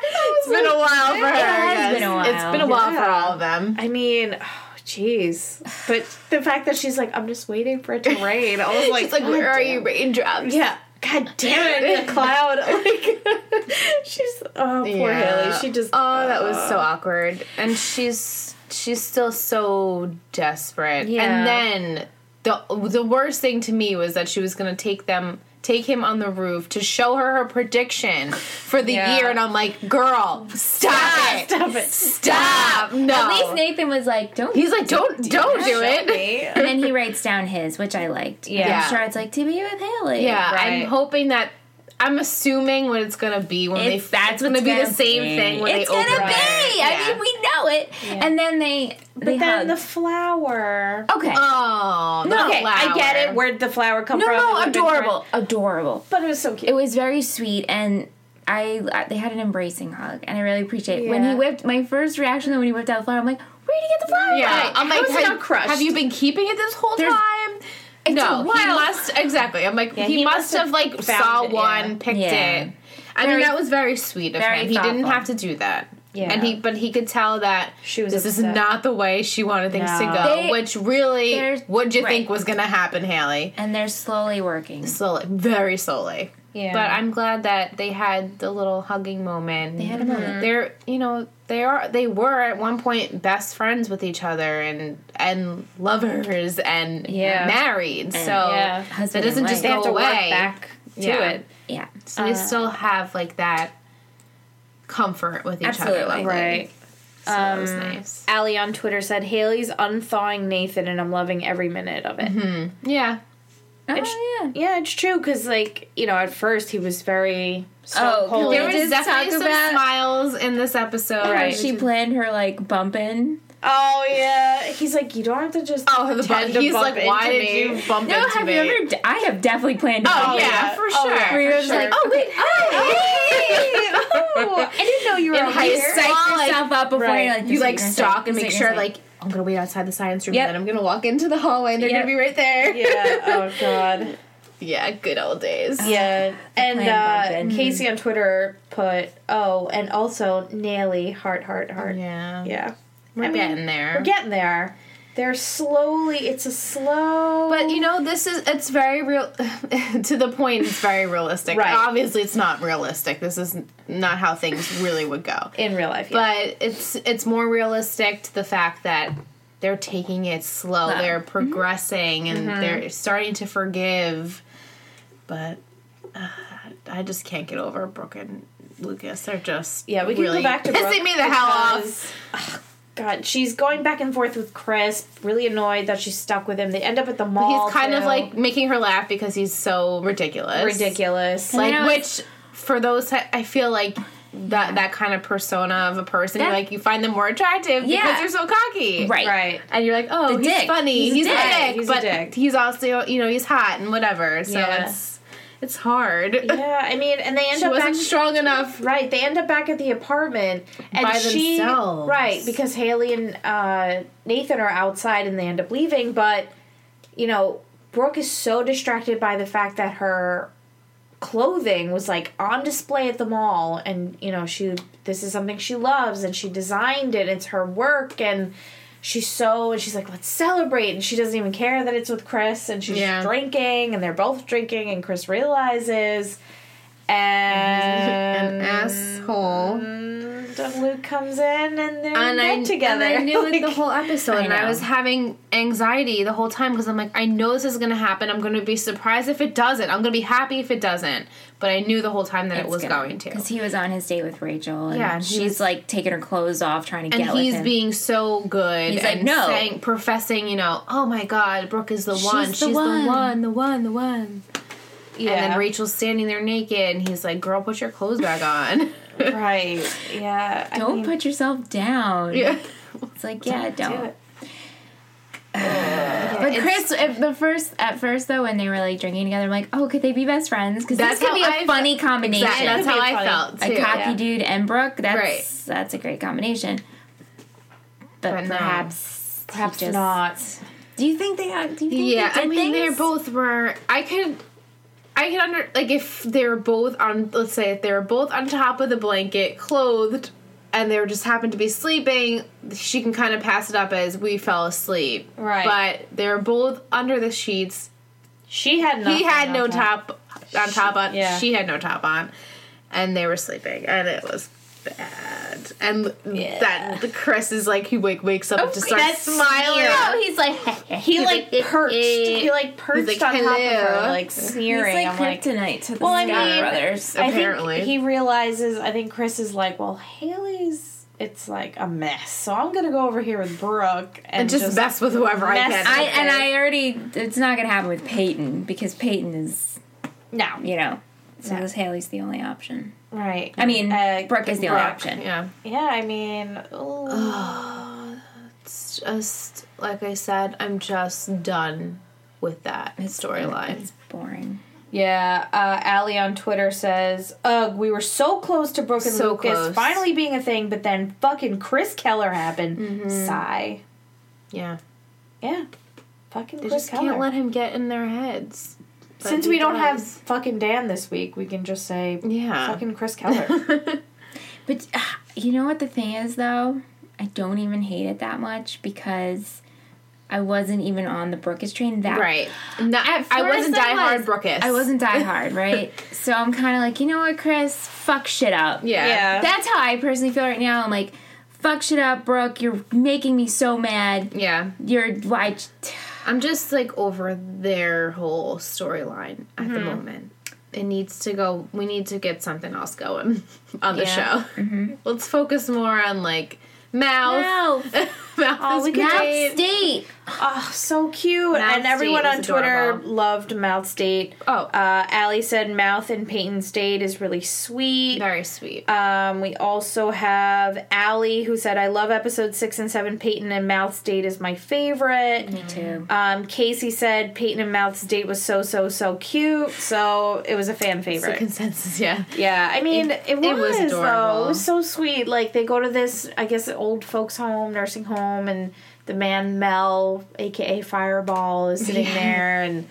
it's been a while for her.
has
yes.
been a while.
It's been a while for
Yeah.
all of them.
I mean, oh, jeez. But the fact that she's like, I'm just waiting for it to rain. I was like,
She's like,
"God
where are
damn-
you, raindrops?
Yeah. God damn it, the cloud. Like, she's oh poor Haley. She just uh,
oh that was so awkward and she's she's still so desperate
Yeah.
and then the the worst thing to me was that she was gonna take them take him on the roof to show her her prediction for the
Yeah.
year and I'm like girl stop, it stop,
Stop it.
no
At least Nathan was like, "Don't."
he's like don't don't do it
and then he writes down his, which I liked. Yeah,
Yeah.
I'm sure it's like to be with Haley.
yeah
Right.
I'm hoping that I'm assuming what it's gonna be when they
It's,
it's
that's
gonna
what's
be the same thing when
it's
they
gonna
open
be.
it.
I mean, we know it. And then they, they
But then
hug.
the uh, flower.
okay,
oh the
okay, I get
flower.
it. Where'd the flower come
no,
from? It
no,
would've been
adorable, adorable.
fine. But it was so cute.
It was very sweet, and I, I they had an embracing hug, and I really appreciate it. when
Yeah.
he whipped. My first reaction though, when he whipped out the flower, I'm like, "Where did you get the flower?"
Yeah,
from?"
I'm like,
How is it
have,
not crushed?
have you been keeping it this whole
There's-
time? no, he
wild-
must exactly. I'm like, he,
he
must
must
have like
found
saw
it, yeah.
one, picked
Yeah.
it. I mean,
Very-
that was very sweet of
very
him. He didn't
thoughtful.
have to do that.
Yeah.
and he but he could tell that
She was
this is
upset.
not the way she wanted things to
No.
go.
They-
which really,
there's-
what would you think
right.
was going to happen, Haley?
and they're slowly working.
Slowly, very slowly.
Yeah.
But I'm glad that they had the little hugging moment. They
had a moment.
They're, you know, they are. They were at one point best friends with each other and and lovers and
Yeah.
married. so
yeah.
that
Husband
doesn't
and
just
wife.
they have
go
to
away.
work back to
Yeah.
it.
Yeah,
So they still have like that comfort with each other.
Absolutely. Um,
Like,
Right.
So that was nice.
Allie on Twitter said, Haley's unthawing Nathan, and I'm loving every minute of it.
Yeah.
oh yeah.
Yeah, it's true because like you know, at first he was very
Oh,
so cold.
We
There was
did
definitely
talk
some
about-
smiles in this episode.
Right.
She planned her like bumping.
Oh yeah, he's like you don't have to just.
Oh, the bump.
pretend to
He's
bump
like, why
into
did
me."
you bump
No,
into
have
me?
you ever? d- I have definitely planned. to
Oh
bump
yeah,
into
yeah.
for
Oh,
sure.
yeah,
Where
for
I was
sure.
like, oh wait, oh,
Oh, I didn't know you were
In
a
high
here.
school,
psych
like,
yourself up before
right.
you're like
you
this
like
is what
stalk
you're
and
gonna
make
say,
sure
this is
like I'm gonna wait outside the science room
Yep.
and then I'm gonna walk into the hallway and they're
Yep.
gonna be right there.
Yeah. Oh god.
Yeah, good old days.
Yeah. And
plan
uh,
bumping.
Casey on Twitter put oh, and also Nelly heart heart heart.
Yeah.
Yeah.
We're
I mean,
getting there.
We're getting there. They're slowly. It's a slow.
but you know, this is it's very real to the point it's very realistic.
Right.
Obviously it's not realistic. This is not how things really would go.
in real life, yeah.
But it's it's more realistic to the fact that they're taking it slow. They're
Mm-hmm.
progressing and they're starting to forgive. But uh, I just can't get over Brooke and Lucas. They're just
Yeah, we can go
really
back to
pissing
Brooke
me the hell
because-
off.
God, she's going back and forth with Chris. Really annoyed that she's stuck with him. They end up at the mall.
He's kind of
too.
like making her laugh because he's so ridiculous.
ridiculous.
Like
You know,
which for those I I feel like that that kind of persona of a person.
Yeah.
You're like you find them more attractive
Yeah.
because they're so cocky,
Right.
Right.
And you're like, oh,
The
he's
dick.
funny,
He's
he's,
a
a
dick.
dick,
He's a
but
dick.
he's also you know he's hot and whatever. So
Yeah.
it's it's hard.
Yeah, I mean, and they end
She
up
wasn't
back-
strong enough.
Right, they end up back at the apartment and
By
she,
themselves.
Right, because Haley and uh, Nathan are outside and they end up leaving, but you know, Brooke is so distracted by the fact that her clothing was like on display at the mall and you know, she this is something she loves and she designed it, it's her work and she's so and she's like, Let's celebrate and she doesn't even care that it's with Chris and she's
Yeah.
drinking and they're both drinking and Chris realizes and Mm.
An asshole.
and Luke comes in and they're in
and I
bed together.
And I knew
Like,
it the whole episode, and I
know.
was having anxiety the whole time because I'm like, I know this is gonna happen. I'm gonna be surprised if it doesn't. I'm gonna be happy if it doesn't. But I knew the whole time that it was going to.
Because he was on his date with Rachel, and
Yeah, and he
she's
was-
like taking her clothes off, trying to
And
get with
he's
him.
being so good.
He's like,
and
"No."
saying, professing, you know, oh my God, Brooke is the one.
the
She's the
one."
one. the one, the one. And
Yeah.
then Rachel's standing there naked, and he's like, girl, put your clothes back on.
right. Yeah. I
don't
mean,
put yourself down.
yeah.
It's like, yeah, don't.
do it.
But Chris, at the first at first though, when they were like drinking together, I'm like, oh, could they be best friends? Because this
That's
could be a
how I
funny combination.
That- that's
could
how
be
I
funny.
felt.
a
Too.
cocky
yeah.
dude and Brooke. That's
Right.
that's a great combination. But,
But no.
perhaps, he
Perhaps
just-
not.
Do you think they? had- Do you think
Yeah,
they did
I mean
things?
they both were. I could, I could under like if they were both on. Let's say if they were both on top of the blanket, clothed, and they were just happened to be sleeping. She can kind of pass it up as we fell asleep.
Right.
But they were both under the sheets.
She had no.
he had no top on top on.
yeah.
She had no top on, and they were sleeping, and it was. Bad and that Chris is like he wake wakes up and just starts
that's
smiling.
Oh, he's like
He like perched. He like perched
eh, like,
on top of
"Hello."
her, like sneering.
He's like
I'm like.
kryptonite to the
Well, I
Scott
mean-
brothers.
I
apparently.
think he realizes. I think Chris is like, well, Haley's. It's like a mess, so I'm gonna go over here with Brooke and,
and just, mess with whoever I
mess
can.
I and I already. It's not gonna happen with Peyton because Peyton is
No,
you know. So this Haley's the only option.
right.
I mean,
Uh,
Brooke is the only
Rock,
option.
Yeah.
yeah, I mean, ooh.
It's just like I said, I'm just done with that storyline.
It's boring.
Yeah, uh, Allie on Twitter says, "Ugh, we were so close to Brooke and
So
Lucas
close.
finally being a thing, but then fucking Chris Keller happened.
Mm-hmm.
Sigh.
Yeah.
Yeah, fucking
They
Chris
just
Keller.
can't let him get in their heads. But
Since
he
we don't have
does.
fucking Dan this week, we can just say
Yeah.
fucking Chris Keller.
But ah, you know what the thing is though? I don't even hate it that much because I wasn't even on the Brookish train that
Right. Not, I wasn't
First I
diehard
was-
Brookus.
I wasn't die hard, right? so I'm kind of like, you know what, Chris? Fuck shit up.
Yeah.
Yeah.
That's how I personally feel right now. I'm like, fuck shit up, Brooke. You're making me so mad.
Yeah.
You're why?
I'm just like over their whole storyline at the moment. It needs to go. We need to get something else going on the
Yeah.
show. Let's focus more on like mouth.
No,
Mouth
Oh,
is
we could
great.
that state.
oh, so cute.
Mouth's
and everyone
date was
on Twitter
adorable.
loved Mouth's date.
Oh.
uh, Allie said Mouth and Peyton's date is really sweet.
Very sweet.
Um, we also have Allie who said, I love episode six and seven. Peyton and Mouth's date is my favorite.
Me too.
Um, Casey said Peyton and Mouth's date was so, so, so cute. So it was a fan
the
favorite.
consensus, yeah.
yeah, I mean, it, was,
it was
though. It
adorable.
was so sweet. Like, they go to this, I guess, old folks' home, nursing home, and the man Mel, aka Fireball, is sitting there and,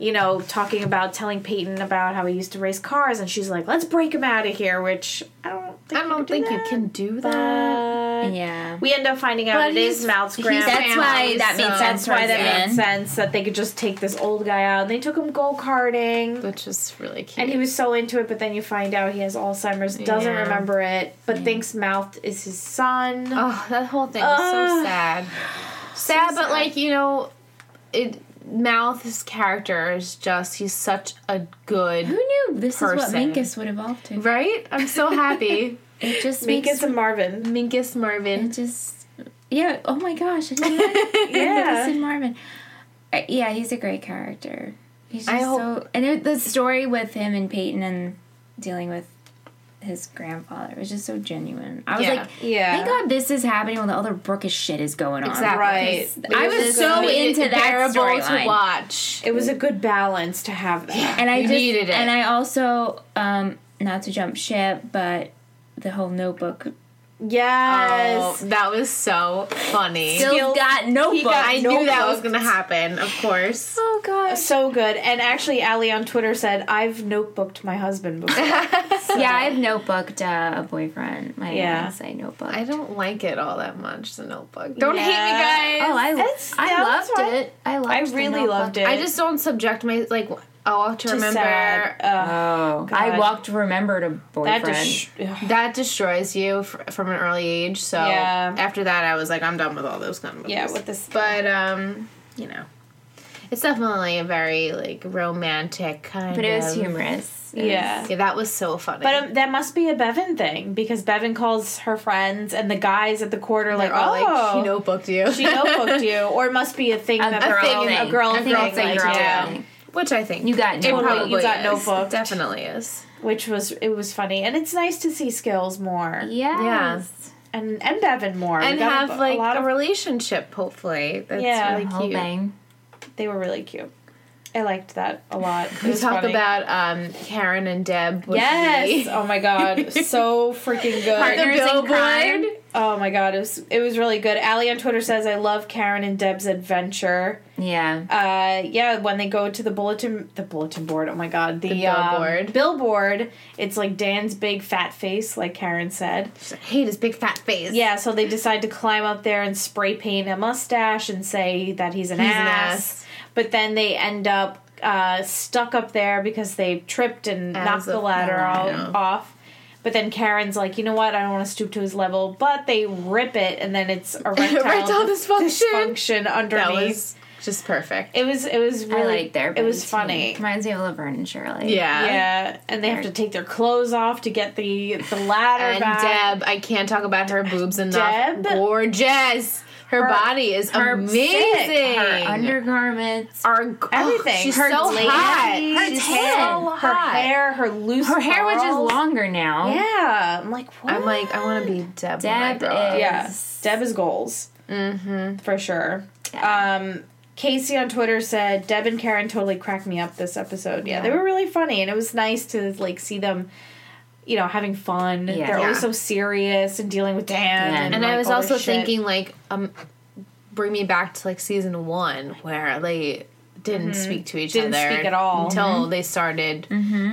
you know, talking about telling Peyton about how he used to race cars. And she's like, let's break him out of here, which I don't think
I don't think you can do that.
that.
Yeah.
We end up finding out
But
it is
he's-
Mouth's
he's
grandma.
That's why that made
So
sense.
That's why
towards the
that made
end.
sense that they could just take this old guy out. And they took him go karting,
Which is really cute.
and he was so into it. But then you find out he has Alzheimer's, doesn't
Yeah.
remember it, but thinks Mouth is his son.
oh, that whole thing was so
Ugh.
sad. Sad, but like, you know, it Mouth's character is just he's such a
Who
good
knew this is
Person.
what Minkus would evolve to?
right? I'm so happy.
It just
Mink
makes
is a Marvin.
Minkus Marvin.
It just, yeah. Oh my gosh, I didn't know yeah.
Yeah.
Listen, Marvin. Uh, yeah, he's a great character. He's just
I hope-
so, and it, the story with him and Peyton and dealing with his grandfather. It was just so genuine. I was
Yeah.
like,
Yeah.
thank God this is happening while the other Brookish shit is going on.
Exactly.
Right.
Because I
It
was
just
so
made it
into that
bearable
storyline.
to watch.
It was a good balance to have that.
and I
You
just,
needed it.
And I also, um, not to jump ship, but the whole notebook.
Oh,
Yes.
that was so funny.
Still
Still-
got notebook.
got
I knew that was gonna happen, of course.
oh gosh.
So good. And actually, Allie on Twitter said, I've notebooked my husband before.
Yeah, I've notebooked uh, a boyfriend. My
Yeah.
yeah. say notebook.
I don't like it all that much, the notebook. Don't hate me,
Yeah.
guys.
Oh, I,
It's-
I
that
loved
was right.
it. I loved.
I
the
really
notebook.
loved it.
I just don't subject my like. I'll have to
Just
remember uh,
sad. Ugh.
Oh,
God.
I walked. Remembered a boyfriend.
Uh, that just. sh- ugh.
that destroys you fr- from an early age. So
Yeah.
after that, I was like, I'm done with all those kind of movies.
Yeah, with this.
But um, you know, it's definitely a very like romantic kind.
but it was
of-
humorous. It was-
Yeah.
Yeah, that was so funny.
But um, that must be a Bevan thing because Bevan calls her friends and the guys at the court are like,
They're all
oh,
like, she notebooked you.
she notebooked you. Or it must be a thing
a
that
girl
thing,
thing.
a girl
I think
thing,
it's a
like,
girl
yeah.
thing.
Which I think
You got
it
notebooked.
probably
You got
is.
notebooked.
It definitely is.
which was it was funny and it's nice to see skills more
Yes.
and and Bevan more We
And
got
have
a,
like a,
a lot of
relationship, hopefully. That's
Yeah.
really
The whole
cute.
thing.
they were really cute. I liked that a lot. It
We
was
talk
funny.
about um, Karen and Deb. With
yes.
the-
Oh my god, so freaking
the
good.
Partner. Partners in crime.
billboard.
Oh my god, it was it was really good. Allie on Twitter says I love Karen and Deb's adventure.
Yeah.
Uh, yeah, when they go to the bulletin the bulletin board. Oh my god, the,
The
um,
billboard.
billboard. It's like Dan's big fat face, like Karen said.
She's like, hate his big fat face.
Yeah, so they decide to climb up there and spray paint a mustache and say that he's an,
He's an
ass.
ass.
But then they end up uh, stuck up there because they tripped and
As
knocked the
of-
ladder
I
all
know.
off. But then Karen's like, you know what? I don't want to stoop to his level. But they rip it, and then it's erectile,
Erectile dysfunction.
dysfunction
That
underneath.
was just perfect.
it was it was
I
really
like their.
it was
routine.
funny.
Reminds me of Laverne and Shirley.
yeah.
Yeah, and they have to take their clothes off to get the the ladder
And
back.
Deb, I can't talk about her boobs enough.
Deb?
Gorgeous. Her,
Her-
body is amazing.
Her undergarments.
Our- oh,
Everything.
she's
Her
so
lace,
hot.
her
she's
tan,
so
her
hot.
hair, her loose.
Her hair, which is
curls.
longer now.
Yeah, I'm like, what?
I'm like, I want to be Deb. when I
Deb
grow up.
is-
yeah, Deb is goals
Mm-hmm.
for sure. Um, Casey on Twitter said Deb and Karen totally cracked me up this episode. Yeah, they
Yeah.
were really funny, and it was nice to like see them, you know, having fun.
Yeah.
They're always
Yeah.
so serious and dealing with Dan.
Yeah.
And,
And
like,
I was
all
also
this shit.
thinking, like, um, bring me back to like season one where they Mm-hmm. didn't speak Mm-hmm. to each
Didn't
other
speak at all.
until they started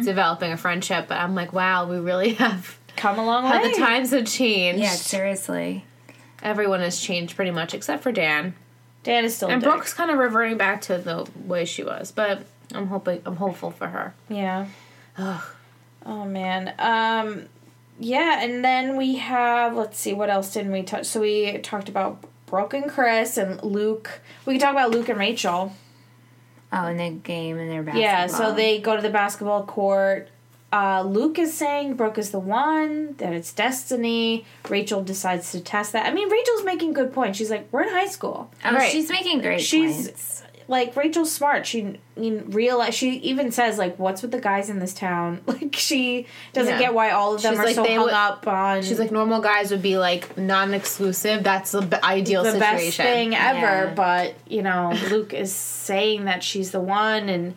developing a friendship. But I'm like, wow, we really have.
come a long
How
way.
the times have changed.
Yeah, seriously.
Everyone has changed pretty much except for Dan.
Dan is still a
And
dick.
Brooke's kind of reverting back to the way she was, but I'm hoping I'm hopeful for her.
Yeah.
Ugh.
Oh man. Um yeah, and then we have let's see what else didn't we touch? So we talked about Brooke and Chris and Luke. We can talk about Luke and Rachel.
Oh, and the game and their basketball.
Yeah, so they go to the basketball court. Uh, Luke is saying Brooke is the one, that it's destiny. Rachel decides to test that. I mean, Rachel's making good points. She's like, we're in high school.
Oh,
Right.
she's making great
She's-
points.
Like, Rachel's smart. She realize she even says, like, what's with the guys in this town? Like, she doesn't
Yeah.
get why all of them
She's
are
like,
so
they
hung
would-
up on.
She's like normal guys would be like non-exclusive. That's the b- ideal
the
situation.
best thing ever,
Yeah.
but you know, Luke is saying that she's the one and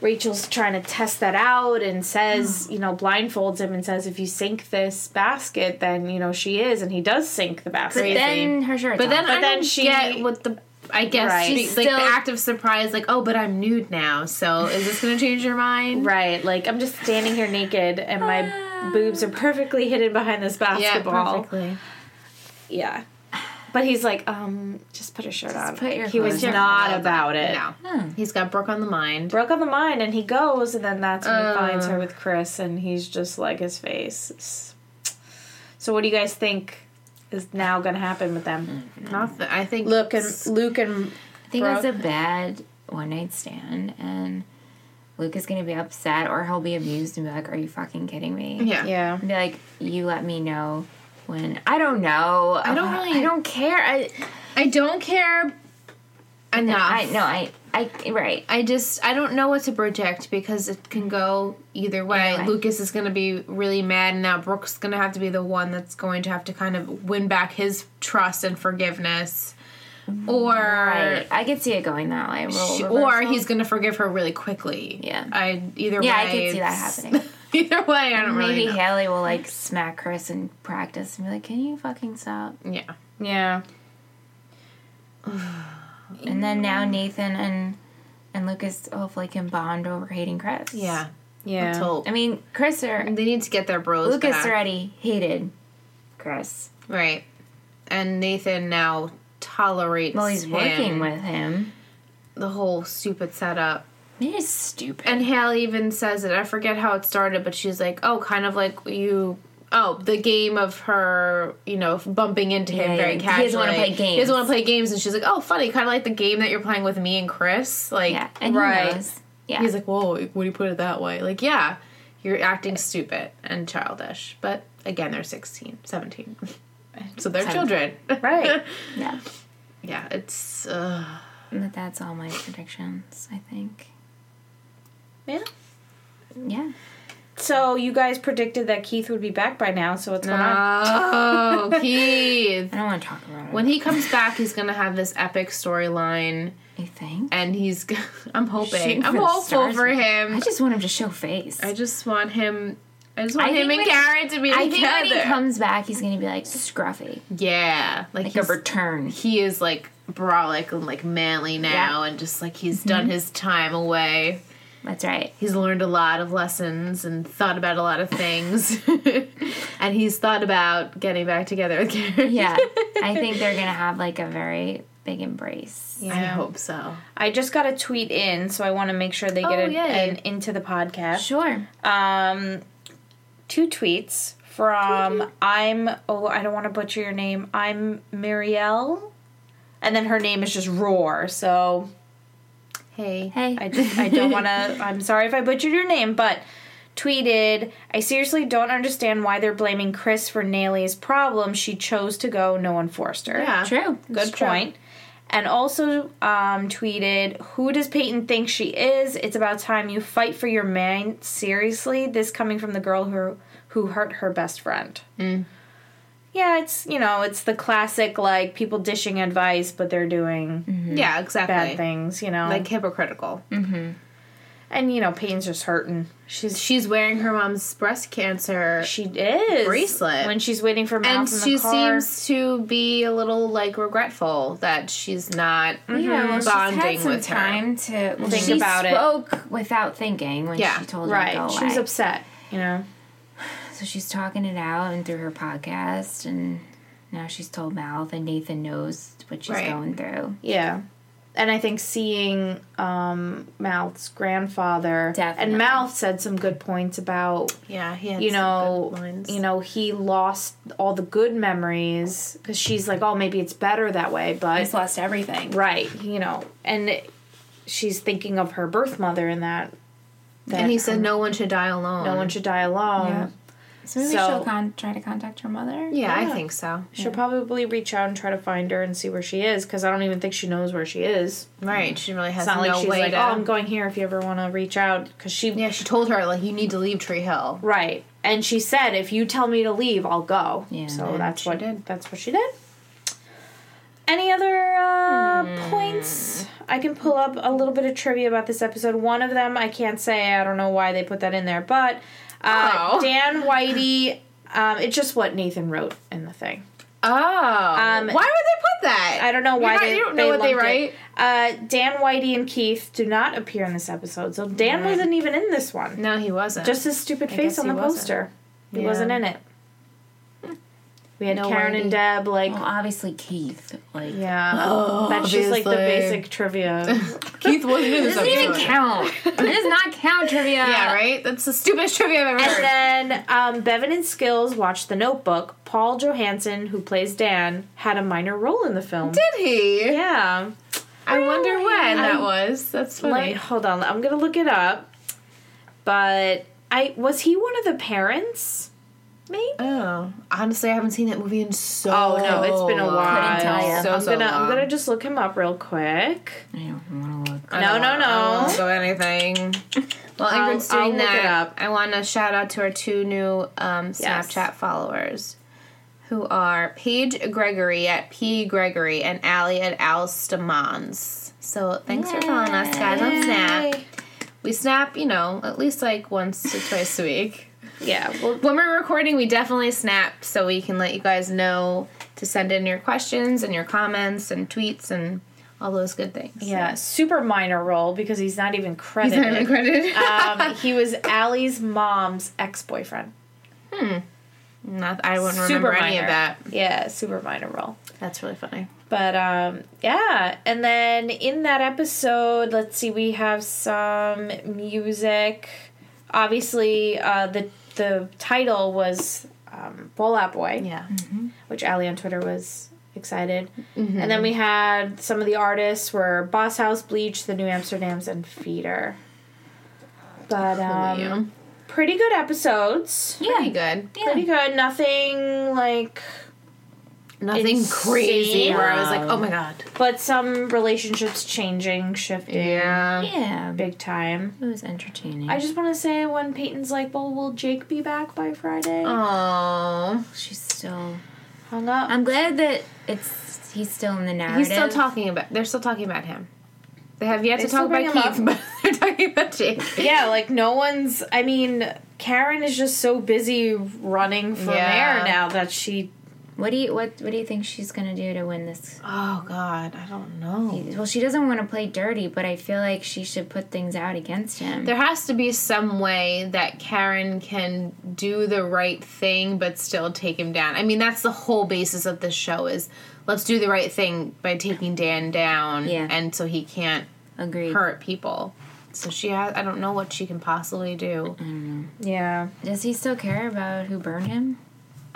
Rachel's trying to test that out and
Hmm.
says, you know, blindfolds him and says if you sink this basket, then you know she is and he does sink the
But
basket.
Crazy.
then her shirt's
But then
off.
I
then
don't
she-
get what the I guess
Right.
she's
She's
like
still-
the act of surprise, like oh, but I'm nude now. So is this gonna change your mind?
Right, like I'm just standing here naked and my boobs are perfectly hidden behind this
Ah. Yeah,
basketball.
perfectly.
Yeah. But he's like, um, just put a shirt on.
put your
he was
clothes on.
not about it.
No, he's got Brooke on the mind.
broke on the mind and he goes and then that's when he
Uh.
finds her with chris and he's just like his face S- so what do you guys think is now gonna happen with them
Nothing. I think
luke and luke and
I think it's
Brooke.
a bad one night stand, and Luke is gonna be upset, or he'll be amused and be like, "Are you fucking kidding me?"
yeah,
yeah
And be like, "You let me know when I don't know. I
don't really-
I don't care. I
I don't care. enough.
I no, I I right.
I just I don't know what to project because it can go either way.
Either way.
Lucas is going to be really mad, and now Brooke's going to have to be the one that's going to have to kind of win back his trust and forgiveness, or
Right. I could see it going that way. Role
she- or
reversal.
he's going to forgive her really quickly.
Yeah.
I either
Yeah, I
way,
could see that
it's-
happening.
either way, I don't
Maybe
really know.
Haley will like smack Chris in practice and be like, "Can you fucking stop?"
Yeah.
Yeah.
And then now Nathan and and Lucas hopefully can bond over hating Chris.
Yeah.
Yeah.
Let's hope.
I mean, Chris or
they need to get their bros
Lucas
back.
already hated Chris.
Right. And Nathan now tolerates
Well, he's
him,
working with him.
the whole stupid setup.
It is stupid.
And Hallie even says it. I forget how it started, but she's like, "Oh, kind of like you." Oh, the game of her, you know, bumping into him
Yeah,
very
yeah. He
casually.
doesn't wanna play
He
games.
doesn't want to play games, and she's like, "Oh, funny, kind of like the game that you're playing with me and Chris." Like,
yeah, and
Right.
he knows. Yeah,
he's like, "Whoa, when you put it that way, like, yeah, you're acting stupid and childish." But again, they're 16, 17. so they're
Seventeen.
children,
Right.
yeah.
yeah, it's. Uh,
But that's all my predictions. I think.
Yeah.
Yeah.
So you guys predicted that Keith would be back by now, so what's going on?
oh, Keith.
I don't want to talk about it.
When he comes back, he's gonna have this epic storyline,
you think?
and he's. g- I'm
Shooting
hoping.
for
I'm
the
hopeful
stars
for
with-
him.
I just want him to show face.
I just want him. I just want
I
him
think
and
when-
Garrett to be
I think
together.
when he comes back, he's gonna be like scruffy,
yeah, like,
like a
he's-
return.
he is like brolic and like manly now, and just like he's
Mm-hmm.
done his time away.
That's right.
He's learned a lot of lessons and thought about a lot of things, and he's thought about getting back together with Garrett.
Yeah, I think they're gonna have like a very big embrace.
I hope so.
I just got a tweet in, so I want to make sure they get
Oh,
it
yay.
an, into the podcast.
Sure.
Um, two tweets from I'm oh I don't want to butcher your name. I'm Marielle, and then her name is just Roar. So
Hey.
Hey.
I, I don't want to. I'm sorry if I butchered your name, but tweeted, I seriously don't understand why they're blaming Chris for Naley's problem. She chose to go, no one forced her.
Yeah.
True.
Good
true.
point. And also um, tweeted, Who does Peyton think she is? It's about time you fight for your man. Seriously? This coming from the girl who who hurt her best friend.
Mm.
Yeah, it's, you know, it's the classic, like, people dishing advice, but they're doing
Yeah, exactly.
Mm-hmm. bad Mm. things, you know?
Mm-hmm. Like hypocritical.
and, you know, Peyton's just hurting. She's
She's wearing her mom's breast cancer,
She is
Bracelet.
when she's waiting for Mal
and
from
she
the car.
seems to be a little like regretful that she's not
Yeah, well,
Mm-hmm. bonding
she's had some
with her.
time to well,
Think
she
about it.
spoke without thinking when
Yeah,
she told him to
right.
go
She was
away.
upset. You know.
so she's talking it out and through her podcast, and now she's told Mouth, and Nathan knows what she's
Right.
going through.
Yeah. And I think seeing um, Mouth's grandfather
Definitely.
and Mouth said some good points about
Yeah, he had
you
some good
know
lines.
you know he lost all the good memories because she's like oh maybe it's better that way but
He's lost everything.
right you know and it- she's thinking of her birth mother in that, that
and he said no one should die alone.
um, no one should die alone.
Yeah. So maybe
So-
she'll con- try to contact her mother.
Yeah, I
Yeah.
think so.
She'll probably reach out and try to find her and see where she is because I don't even think she knows where she is.
Right, she really has
Mm-hmm. It's not
no
like she's
way
like,
to.
oh, I'm going here if you ever want to reach out because she.
yeah, she told her like you need to leave Tree Hill.
Right. And she said, if you tell me to leave, I'll go.
Yeah.
So
And
that's
she
what
did.
That's what she did. Any other uh,
Hmm.
points? I can pull up a little bit of trivia about this episode. One of them I can't say. I don't know why they put that in there, but uh,
Oh.
Dan Whitey. Um, it's just what Nathan wrote in the thing.
Oh, um, why would they put that?
I don't know
You're
why
not-
they.
you don't know what they
lumped
write.
it. Uh, Dan Whitey and Keith do not appear in this episode, so Dan
Hmm.
wasn't even in this one.
No, he wasn't.
Just his stupid face
guess
on
he
the
wasn't.
poster. He
Yeah.
wasn't in it. We had
No
Karen and
Whitey.
Deb like.
Well, obviously Keith. Like,
Yeah, that's just like the
obviously.
basic trivia.
Keith wasn't in this
doesn't even
episode.
count. it does not count trivia.
Yeah, right. That's the stupidest trivia I've ever heard.
and then um, Bevan and Skills watched The Notebook. Paul Johansson, who plays Dan, had a minor role in the film.
Did he?
yeah,
I wonder when that
I'm-
was. That's funny.
like hold on, I'm gonna look it up. But I was he one of the parents? Maybe.
Oh, honestly, I haven't seen that movie in so.
Oh no, it's been a
long.
while.
tell ya.
So,
I'm
so
gonna I'm
long.
gonna just look him up real quick.
I don't want to look.
I
No,
don't
no,
wanna-
no.
I don't wanna go anything. Well,
I'll-
Ingrid's
I'll
doing
look it
that.
up.
I want to shout out to our two new um, Snapchat followers, who are Paige Gregory at P Gregory and Allie at Al Stamans. So thanks for following us, guys, on Snap. We snap, you know, at least like once to twice a week.
Yeah, well,
When we're recording, we definitely snap so we can let you guys know to send in your questions and your comments and tweets and all those good things.
yeah, super minor role because he's not even
He's
credited.
not even credited.
um, he was Allie's mom's ex boyfriend.
Not, I wouldn't
Super
remember any
minor.
of that.
Yeah, super minor role.
That's really funny.
But um, yeah, and then in that episode, let's see, we have some music. Obviously, uh, the the title was um, "Bowl Out Boy,"
Yeah.
which Ali on Twitter was excited. And then we had some of the artists were Boss House, Bleach, The New Amsterdams, and Feeder. But um, pretty good episodes.
Yeah.
Mm-hmm. Pretty good.
Pretty good. Nothing like,
Nothing
Insane.
crazy where I was like, oh my god.
but some relationships changing, shifting.
Yeah.
Yeah.
Big time.
It was entertaining.
I just want to say when Peyton's like, "Well, will Jake be back by Friday?"
Um, Oh.
She's still.
Hung up.
I'm glad that it's he's still in the narrative.
He's still talking about. They're still talking about him. They have yet
They
to
still
talk about
bring him
Keith, but they're talking about Jake.
yeah, like no one's. I mean, Karen is just so busy running for
Yeah.
mayor now that she.
What do you what What do you think she's gonna do to win this?
Oh god, I don't know.
Well, she doesn't want to play dirty, but I feel like she should put things out against him.
There has to be some way that Karen can do the right thing but still take him down. I mean, that's the whole basis of this show is let's do the right thing by taking Dan down
Yeah.
and so he can't
Agreed.
hurt people. So she has. I don't know what she can possibly do.
Yeah,
Does he still care about who burned him?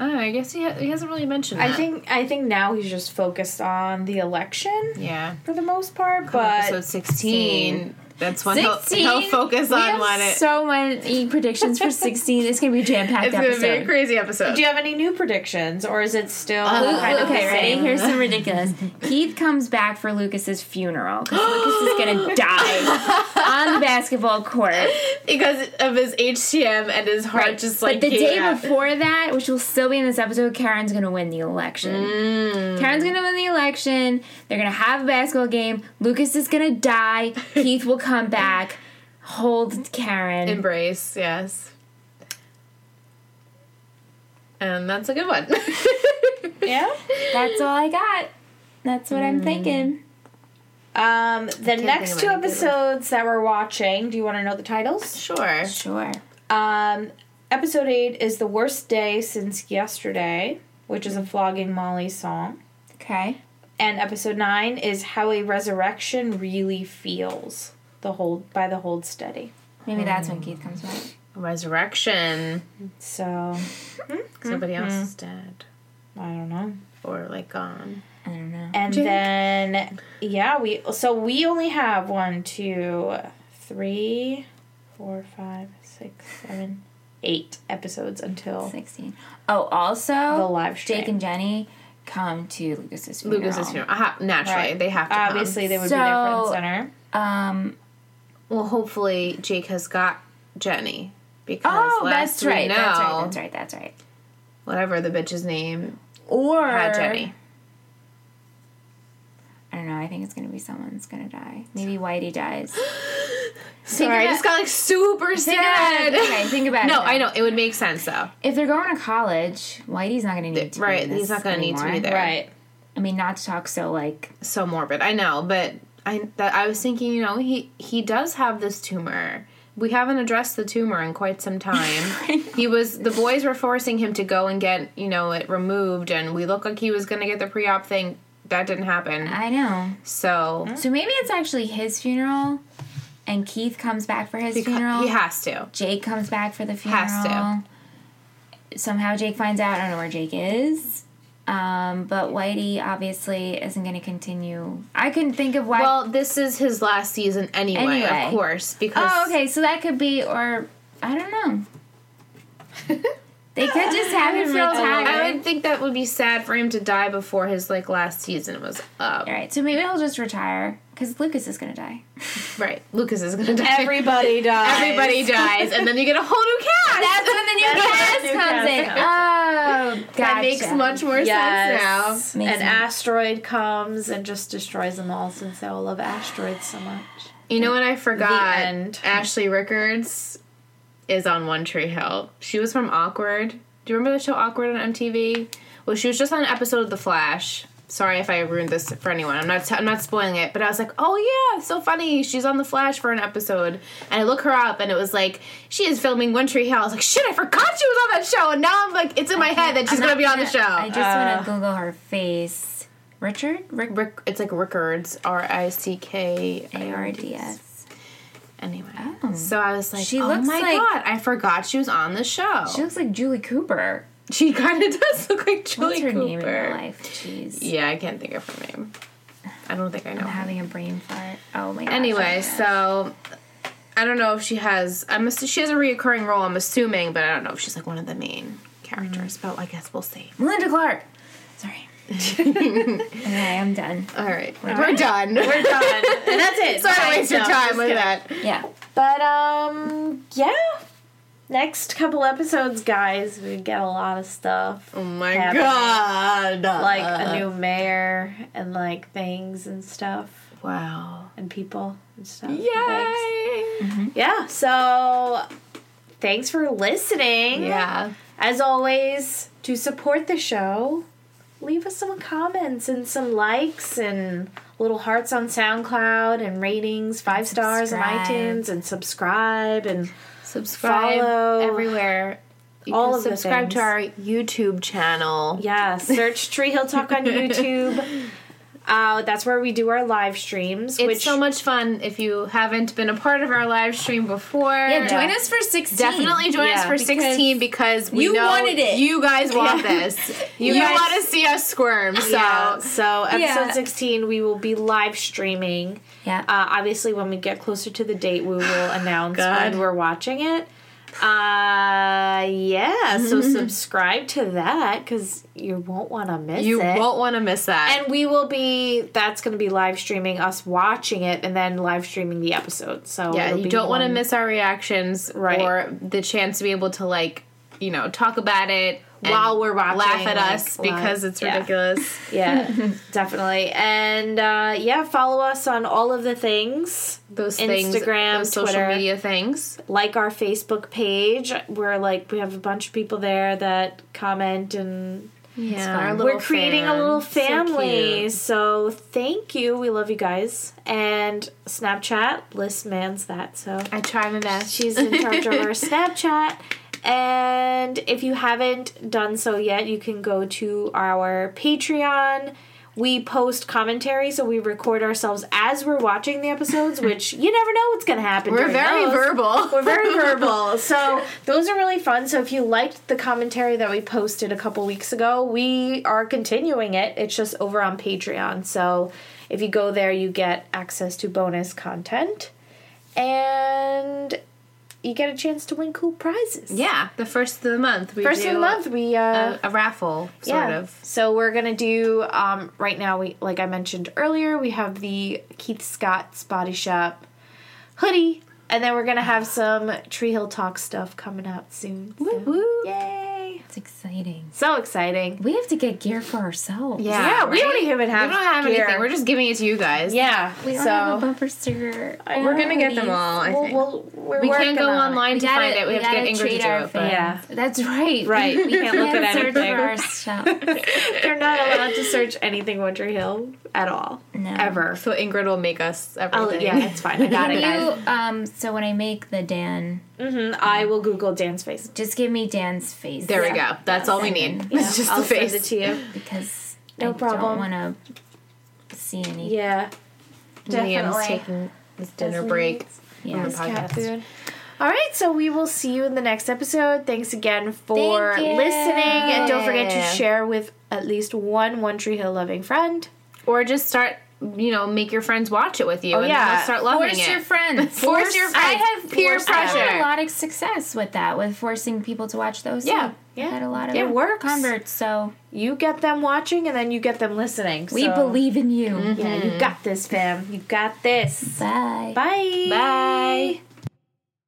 I don't know. I guess he, ha- he hasn't really mentioned. That.
I think I think now he's just focused on the election
Yeah.
for the most part,
Episode
but.
sixteen. That's when he'll,
16?
he'll focus
We
on
have
one. It,
so many predictions for 16. It's gonna be a jam packed
it's gonna be a
episode.
crazy episode.
Do you have any new predictions, or is it still
Uh,
kind of
okay,
the
ready?
same?
Here's some ridiculous. Keith comes back for Lucas's funeral because Lucas is gonna die on the basketball court.
because of his HTM and his heart
Right.
just like
but the
gave
day
out.
before that, which will still be in this episode, Karen's gonna win the election. Karen's gonna win the election. They're gonna have a basketball game. Lucas is gonna die. Keith will come back. Hold Karen.
embrace. Yes. And that's a good one.
Yeah.
That's all I got. That's what I'm thinking.
Um, the next
of
two
any good ones.
episodes that we're watching. Do you want to know the titles?
sure.
Sure.
Um, episode eight is the worst day since yesterday, which is a flogging Molly song.
Okay.
And episode nine is how a resurrection really feels. The hold by the hold steady.
Maybe that's when Keith comes back.
Resurrection.
So
Somebody else is dead
I don't know.
or like gone.
I don't know.
And then yeah, we so we only have one, two, three, four, five, six, seven, eight episodes until
16. Oh, also,
the live stream.
Jake and Jenny come to Lucas's funeral.
Lucas's funeral. Aha, naturally,
Right. Uh,
they have to. come.
Obviously, they would be there for the
So-
center.
Um,
Well, hopefully, Jake has got Jenny because
oh,
last
that's
we
right.
know,
That's right. That's right. That's right.
whatever the bitch's name
Or
had Jenny.
I don't know. I think it's gonna be someone's gonna die. Maybe Whitey dies.
Sorry, I just got like super
Think about
sad.
it. Okay, think about it.
No,
now.
I know it would make sense though.
If they're going to college, Whitey's not gonna need to.
Right,
Be in
he's
this
not gonna need to be
anymore.
there.
Right.
I mean, not to talk so like.
So morbid, I know, but I that I was thinking, you know, he he does have this tumor. We haven't addressed the tumor in quite some time. he was the boys were forcing him to go and get you know it removed, and we looked like he was gonna get the pre op thing. That didn't happen.
I know.
So
So maybe it's actually his funeral, and Keith comes back for his funeral.
he has to.
Jake comes back for the funeral.
Has to.
Somehow Jake finds out. I don't know where Jake is. Um, but Whitey obviously isn't going to continue. I couldn't think of why.
Well, this is his last season anyway, Oh,
Anyway.
of course, because
oh, okay. So that could be, or I don't know. They could just have him
I
retire.
I would think that would be sad for him to die before his like last season was up.
All right, so maybe he'll just retire because Lucas is gonna die.
Right. Lucas is gonna die.
Everybody dies.
Everybody dies, and then you get a whole new cast.
That's when the new cast
new
comes in. Oh, gotcha.
that makes much more sense
Yes.
now.
An
Amazing.
asteroid comes and just destroys them all since they all love asteroids so much.
now. You know what I forgot?
The end.
Ashley Rickards is on One Tree Hill. She was from Awkward. Do you remember the show Awkward on MTV? Well, she was just on an episode of The Flash. Sorry if I ruined this for anyone. I'm not. I'm not spoiling it. But I was like, oh yeah, so funny. She's on The Flash for an episode, and I look her up, and it was like she is filming One Tree Hill. I was like, shit, I forgot she was on that show, and now I'm like, it's in my head that she's gonna be on the show. Uh.
I just want to Google her face. Richard? Rick
Rick, it's like Rickards, R I C K
A R D S.
Anyway, so I was like,
She
oh
looks
my
like-
god, I forgot she was on the show.
She looks like Julie Cooper.
She kind of does look like Julie
What's her
Cooper.
name in real life? Jeez.
Yeah, I can't think of her name. I don't think I know.
I'm having a brain fart. Oh my gosh.
anyway,
oh my gosh.
so I don't know if she has. I'm ass- she has a reoccurring role. I'm assuming, but I don't know if she's like one of the main characters. But I guess we'll see.
Melinda Clark. Sorry. okay, I'm done.
All right, we're done. We're
Done. and that's it.
Sorry to
Bye.
waste your
No,
time
just
with
kidding.
that.
Yeah.
But um, yeah. Next couple episodes, guys, we get a lot of stuff.
Oh my
Happening.
god!
Like
Uh.
a new mayor and like things and stuff
wow.
and people and stuff. and things.
Yay!
Yeah. So thanks for listening.
Yeah.
As always, to support the show, leave us some comments and some likes and little hearts on SoundCloud and ratings, five stars on
Subscribe.
iTunes, and subscribe and
Subscribe
Follow.
everywhere. You
All
can
of the
subscribe to
things.
our YouTube channel.
yeah, search Tree Hill Talk on YouTube. Uh, that's where we do our live streams.
It's
which
so much fun if you haven't been a part of our live stream before.
Yeah, join us for 16.
Definitely join us
Yeah,
for
because
16 because we
you
know
wanted it.
you guys want this. You
Yes.
want to see us squirm. So
yeah, so episode
Yeah.
sixteen, we will be live streaming.
Yeah.
Uh, obviously, when we get closer to the date, we will announce
God.
when we're watching it. Uh, yeah. So subscribe to that because you won't want to miss
you
it.
won't want to miss that.
And we will be. That's going to be live streaming us watching it and then live streaming the episode. So
yeah,
it'll
you
be
don't want to
one-
miss our reactions
Right.
or the chance to be able to like, you know, talk about it and
While we're watching,
laugh at
like,
us
live.
because it's
Yeah.
ridiculous.
Yeah, definitely. And uh, yeah, follow us on all of the things.
those things,
Instagram,
those social
Twitter.
media things.
like our Facebook page. We're like we have a bunch of people there that comment and um,
Yeah,
fun.
we're creating a little family.
So
So, thank you. We love you guys. And Snapchat, Liz mans that. So
I try my best.
she's in charge of our Snapchat. And if you haven't done so yet, you can go to our Patreon. We post commentary, so we record ourselves as we're watching the episodes, which you never know what's going to happen.
We're
during
very
those.
verbal.
We're very verbal. So those are really fun. So if you liked the commentary that we posted a couple weeks ago, we are continuing it. It's just over on Patreon. So if you go there, you get access to bonus content and you get a chance to win cool prizes.
yeah, the first of the month. We
First
do
of the month, we uh,
a, a raffle sort of.
so we're gonna do um, right now. We like I mentioned earlier, we have the Keith Scott's Body Shop hoodie, and then we're gonna have some Tree Hill Talk stuff coming out soon. So,
woo.
Yay!
It's exciting.
So exciting.
We have to get gear for ourselves.
Yeah,
Yeah, we
right?
don't even have.
we don't have
gear.
anything. We're just giving it to you guys.
yeah.
We don't
so
have a bumper sticker.
we're gonna get them all. I
we'll,
think.
we'll, we're
we
working
can't go
on it.
online to
gotta-
find it. We, have to
gotta
get
treat
Ingrid
our
to do it. But
Yeah.
That's right.
Right.
We
We
can't look at search
anything.
for ourselves.
They're not allowed to search anything Winter Hill at all.
No.
Ever.
so Ingrid will make us
I'll,
everything.
Oh, yeah, it's fine. I got it, guys.
You, um, so when I make the Dan,
hmm I will Google Dan's face.
just give me Dan's face.
There we go. That's all we need. It's just
I'll
the face.
send it to you.
Because
No
I
problem.
don't want to see any.
Yeah.
Liam's
Definitely.
taking his dinner break on the
Yes.
podcast.
All right, so we will see you in the next episode. Thanks again for
Thank you.
listening, and don't forget
Yeah.
to share with at least one One Tree Hill loving friend.
or just start you know make your friends watch it with you and then
yeah.
they'll start loving
Force
it
your friends.
Force your friends.
I have
Peer
I had
pressure.
a lot of success with that, with forcing people to watch those.
yeah
too. We've had a lot of
It works.
converts, so
You get them watching and then you get them listening.
we
so-
Mm-hmm.
believe in you.
Yeah, you got this, fam. You got this.
Bye.
Bye.
Bye.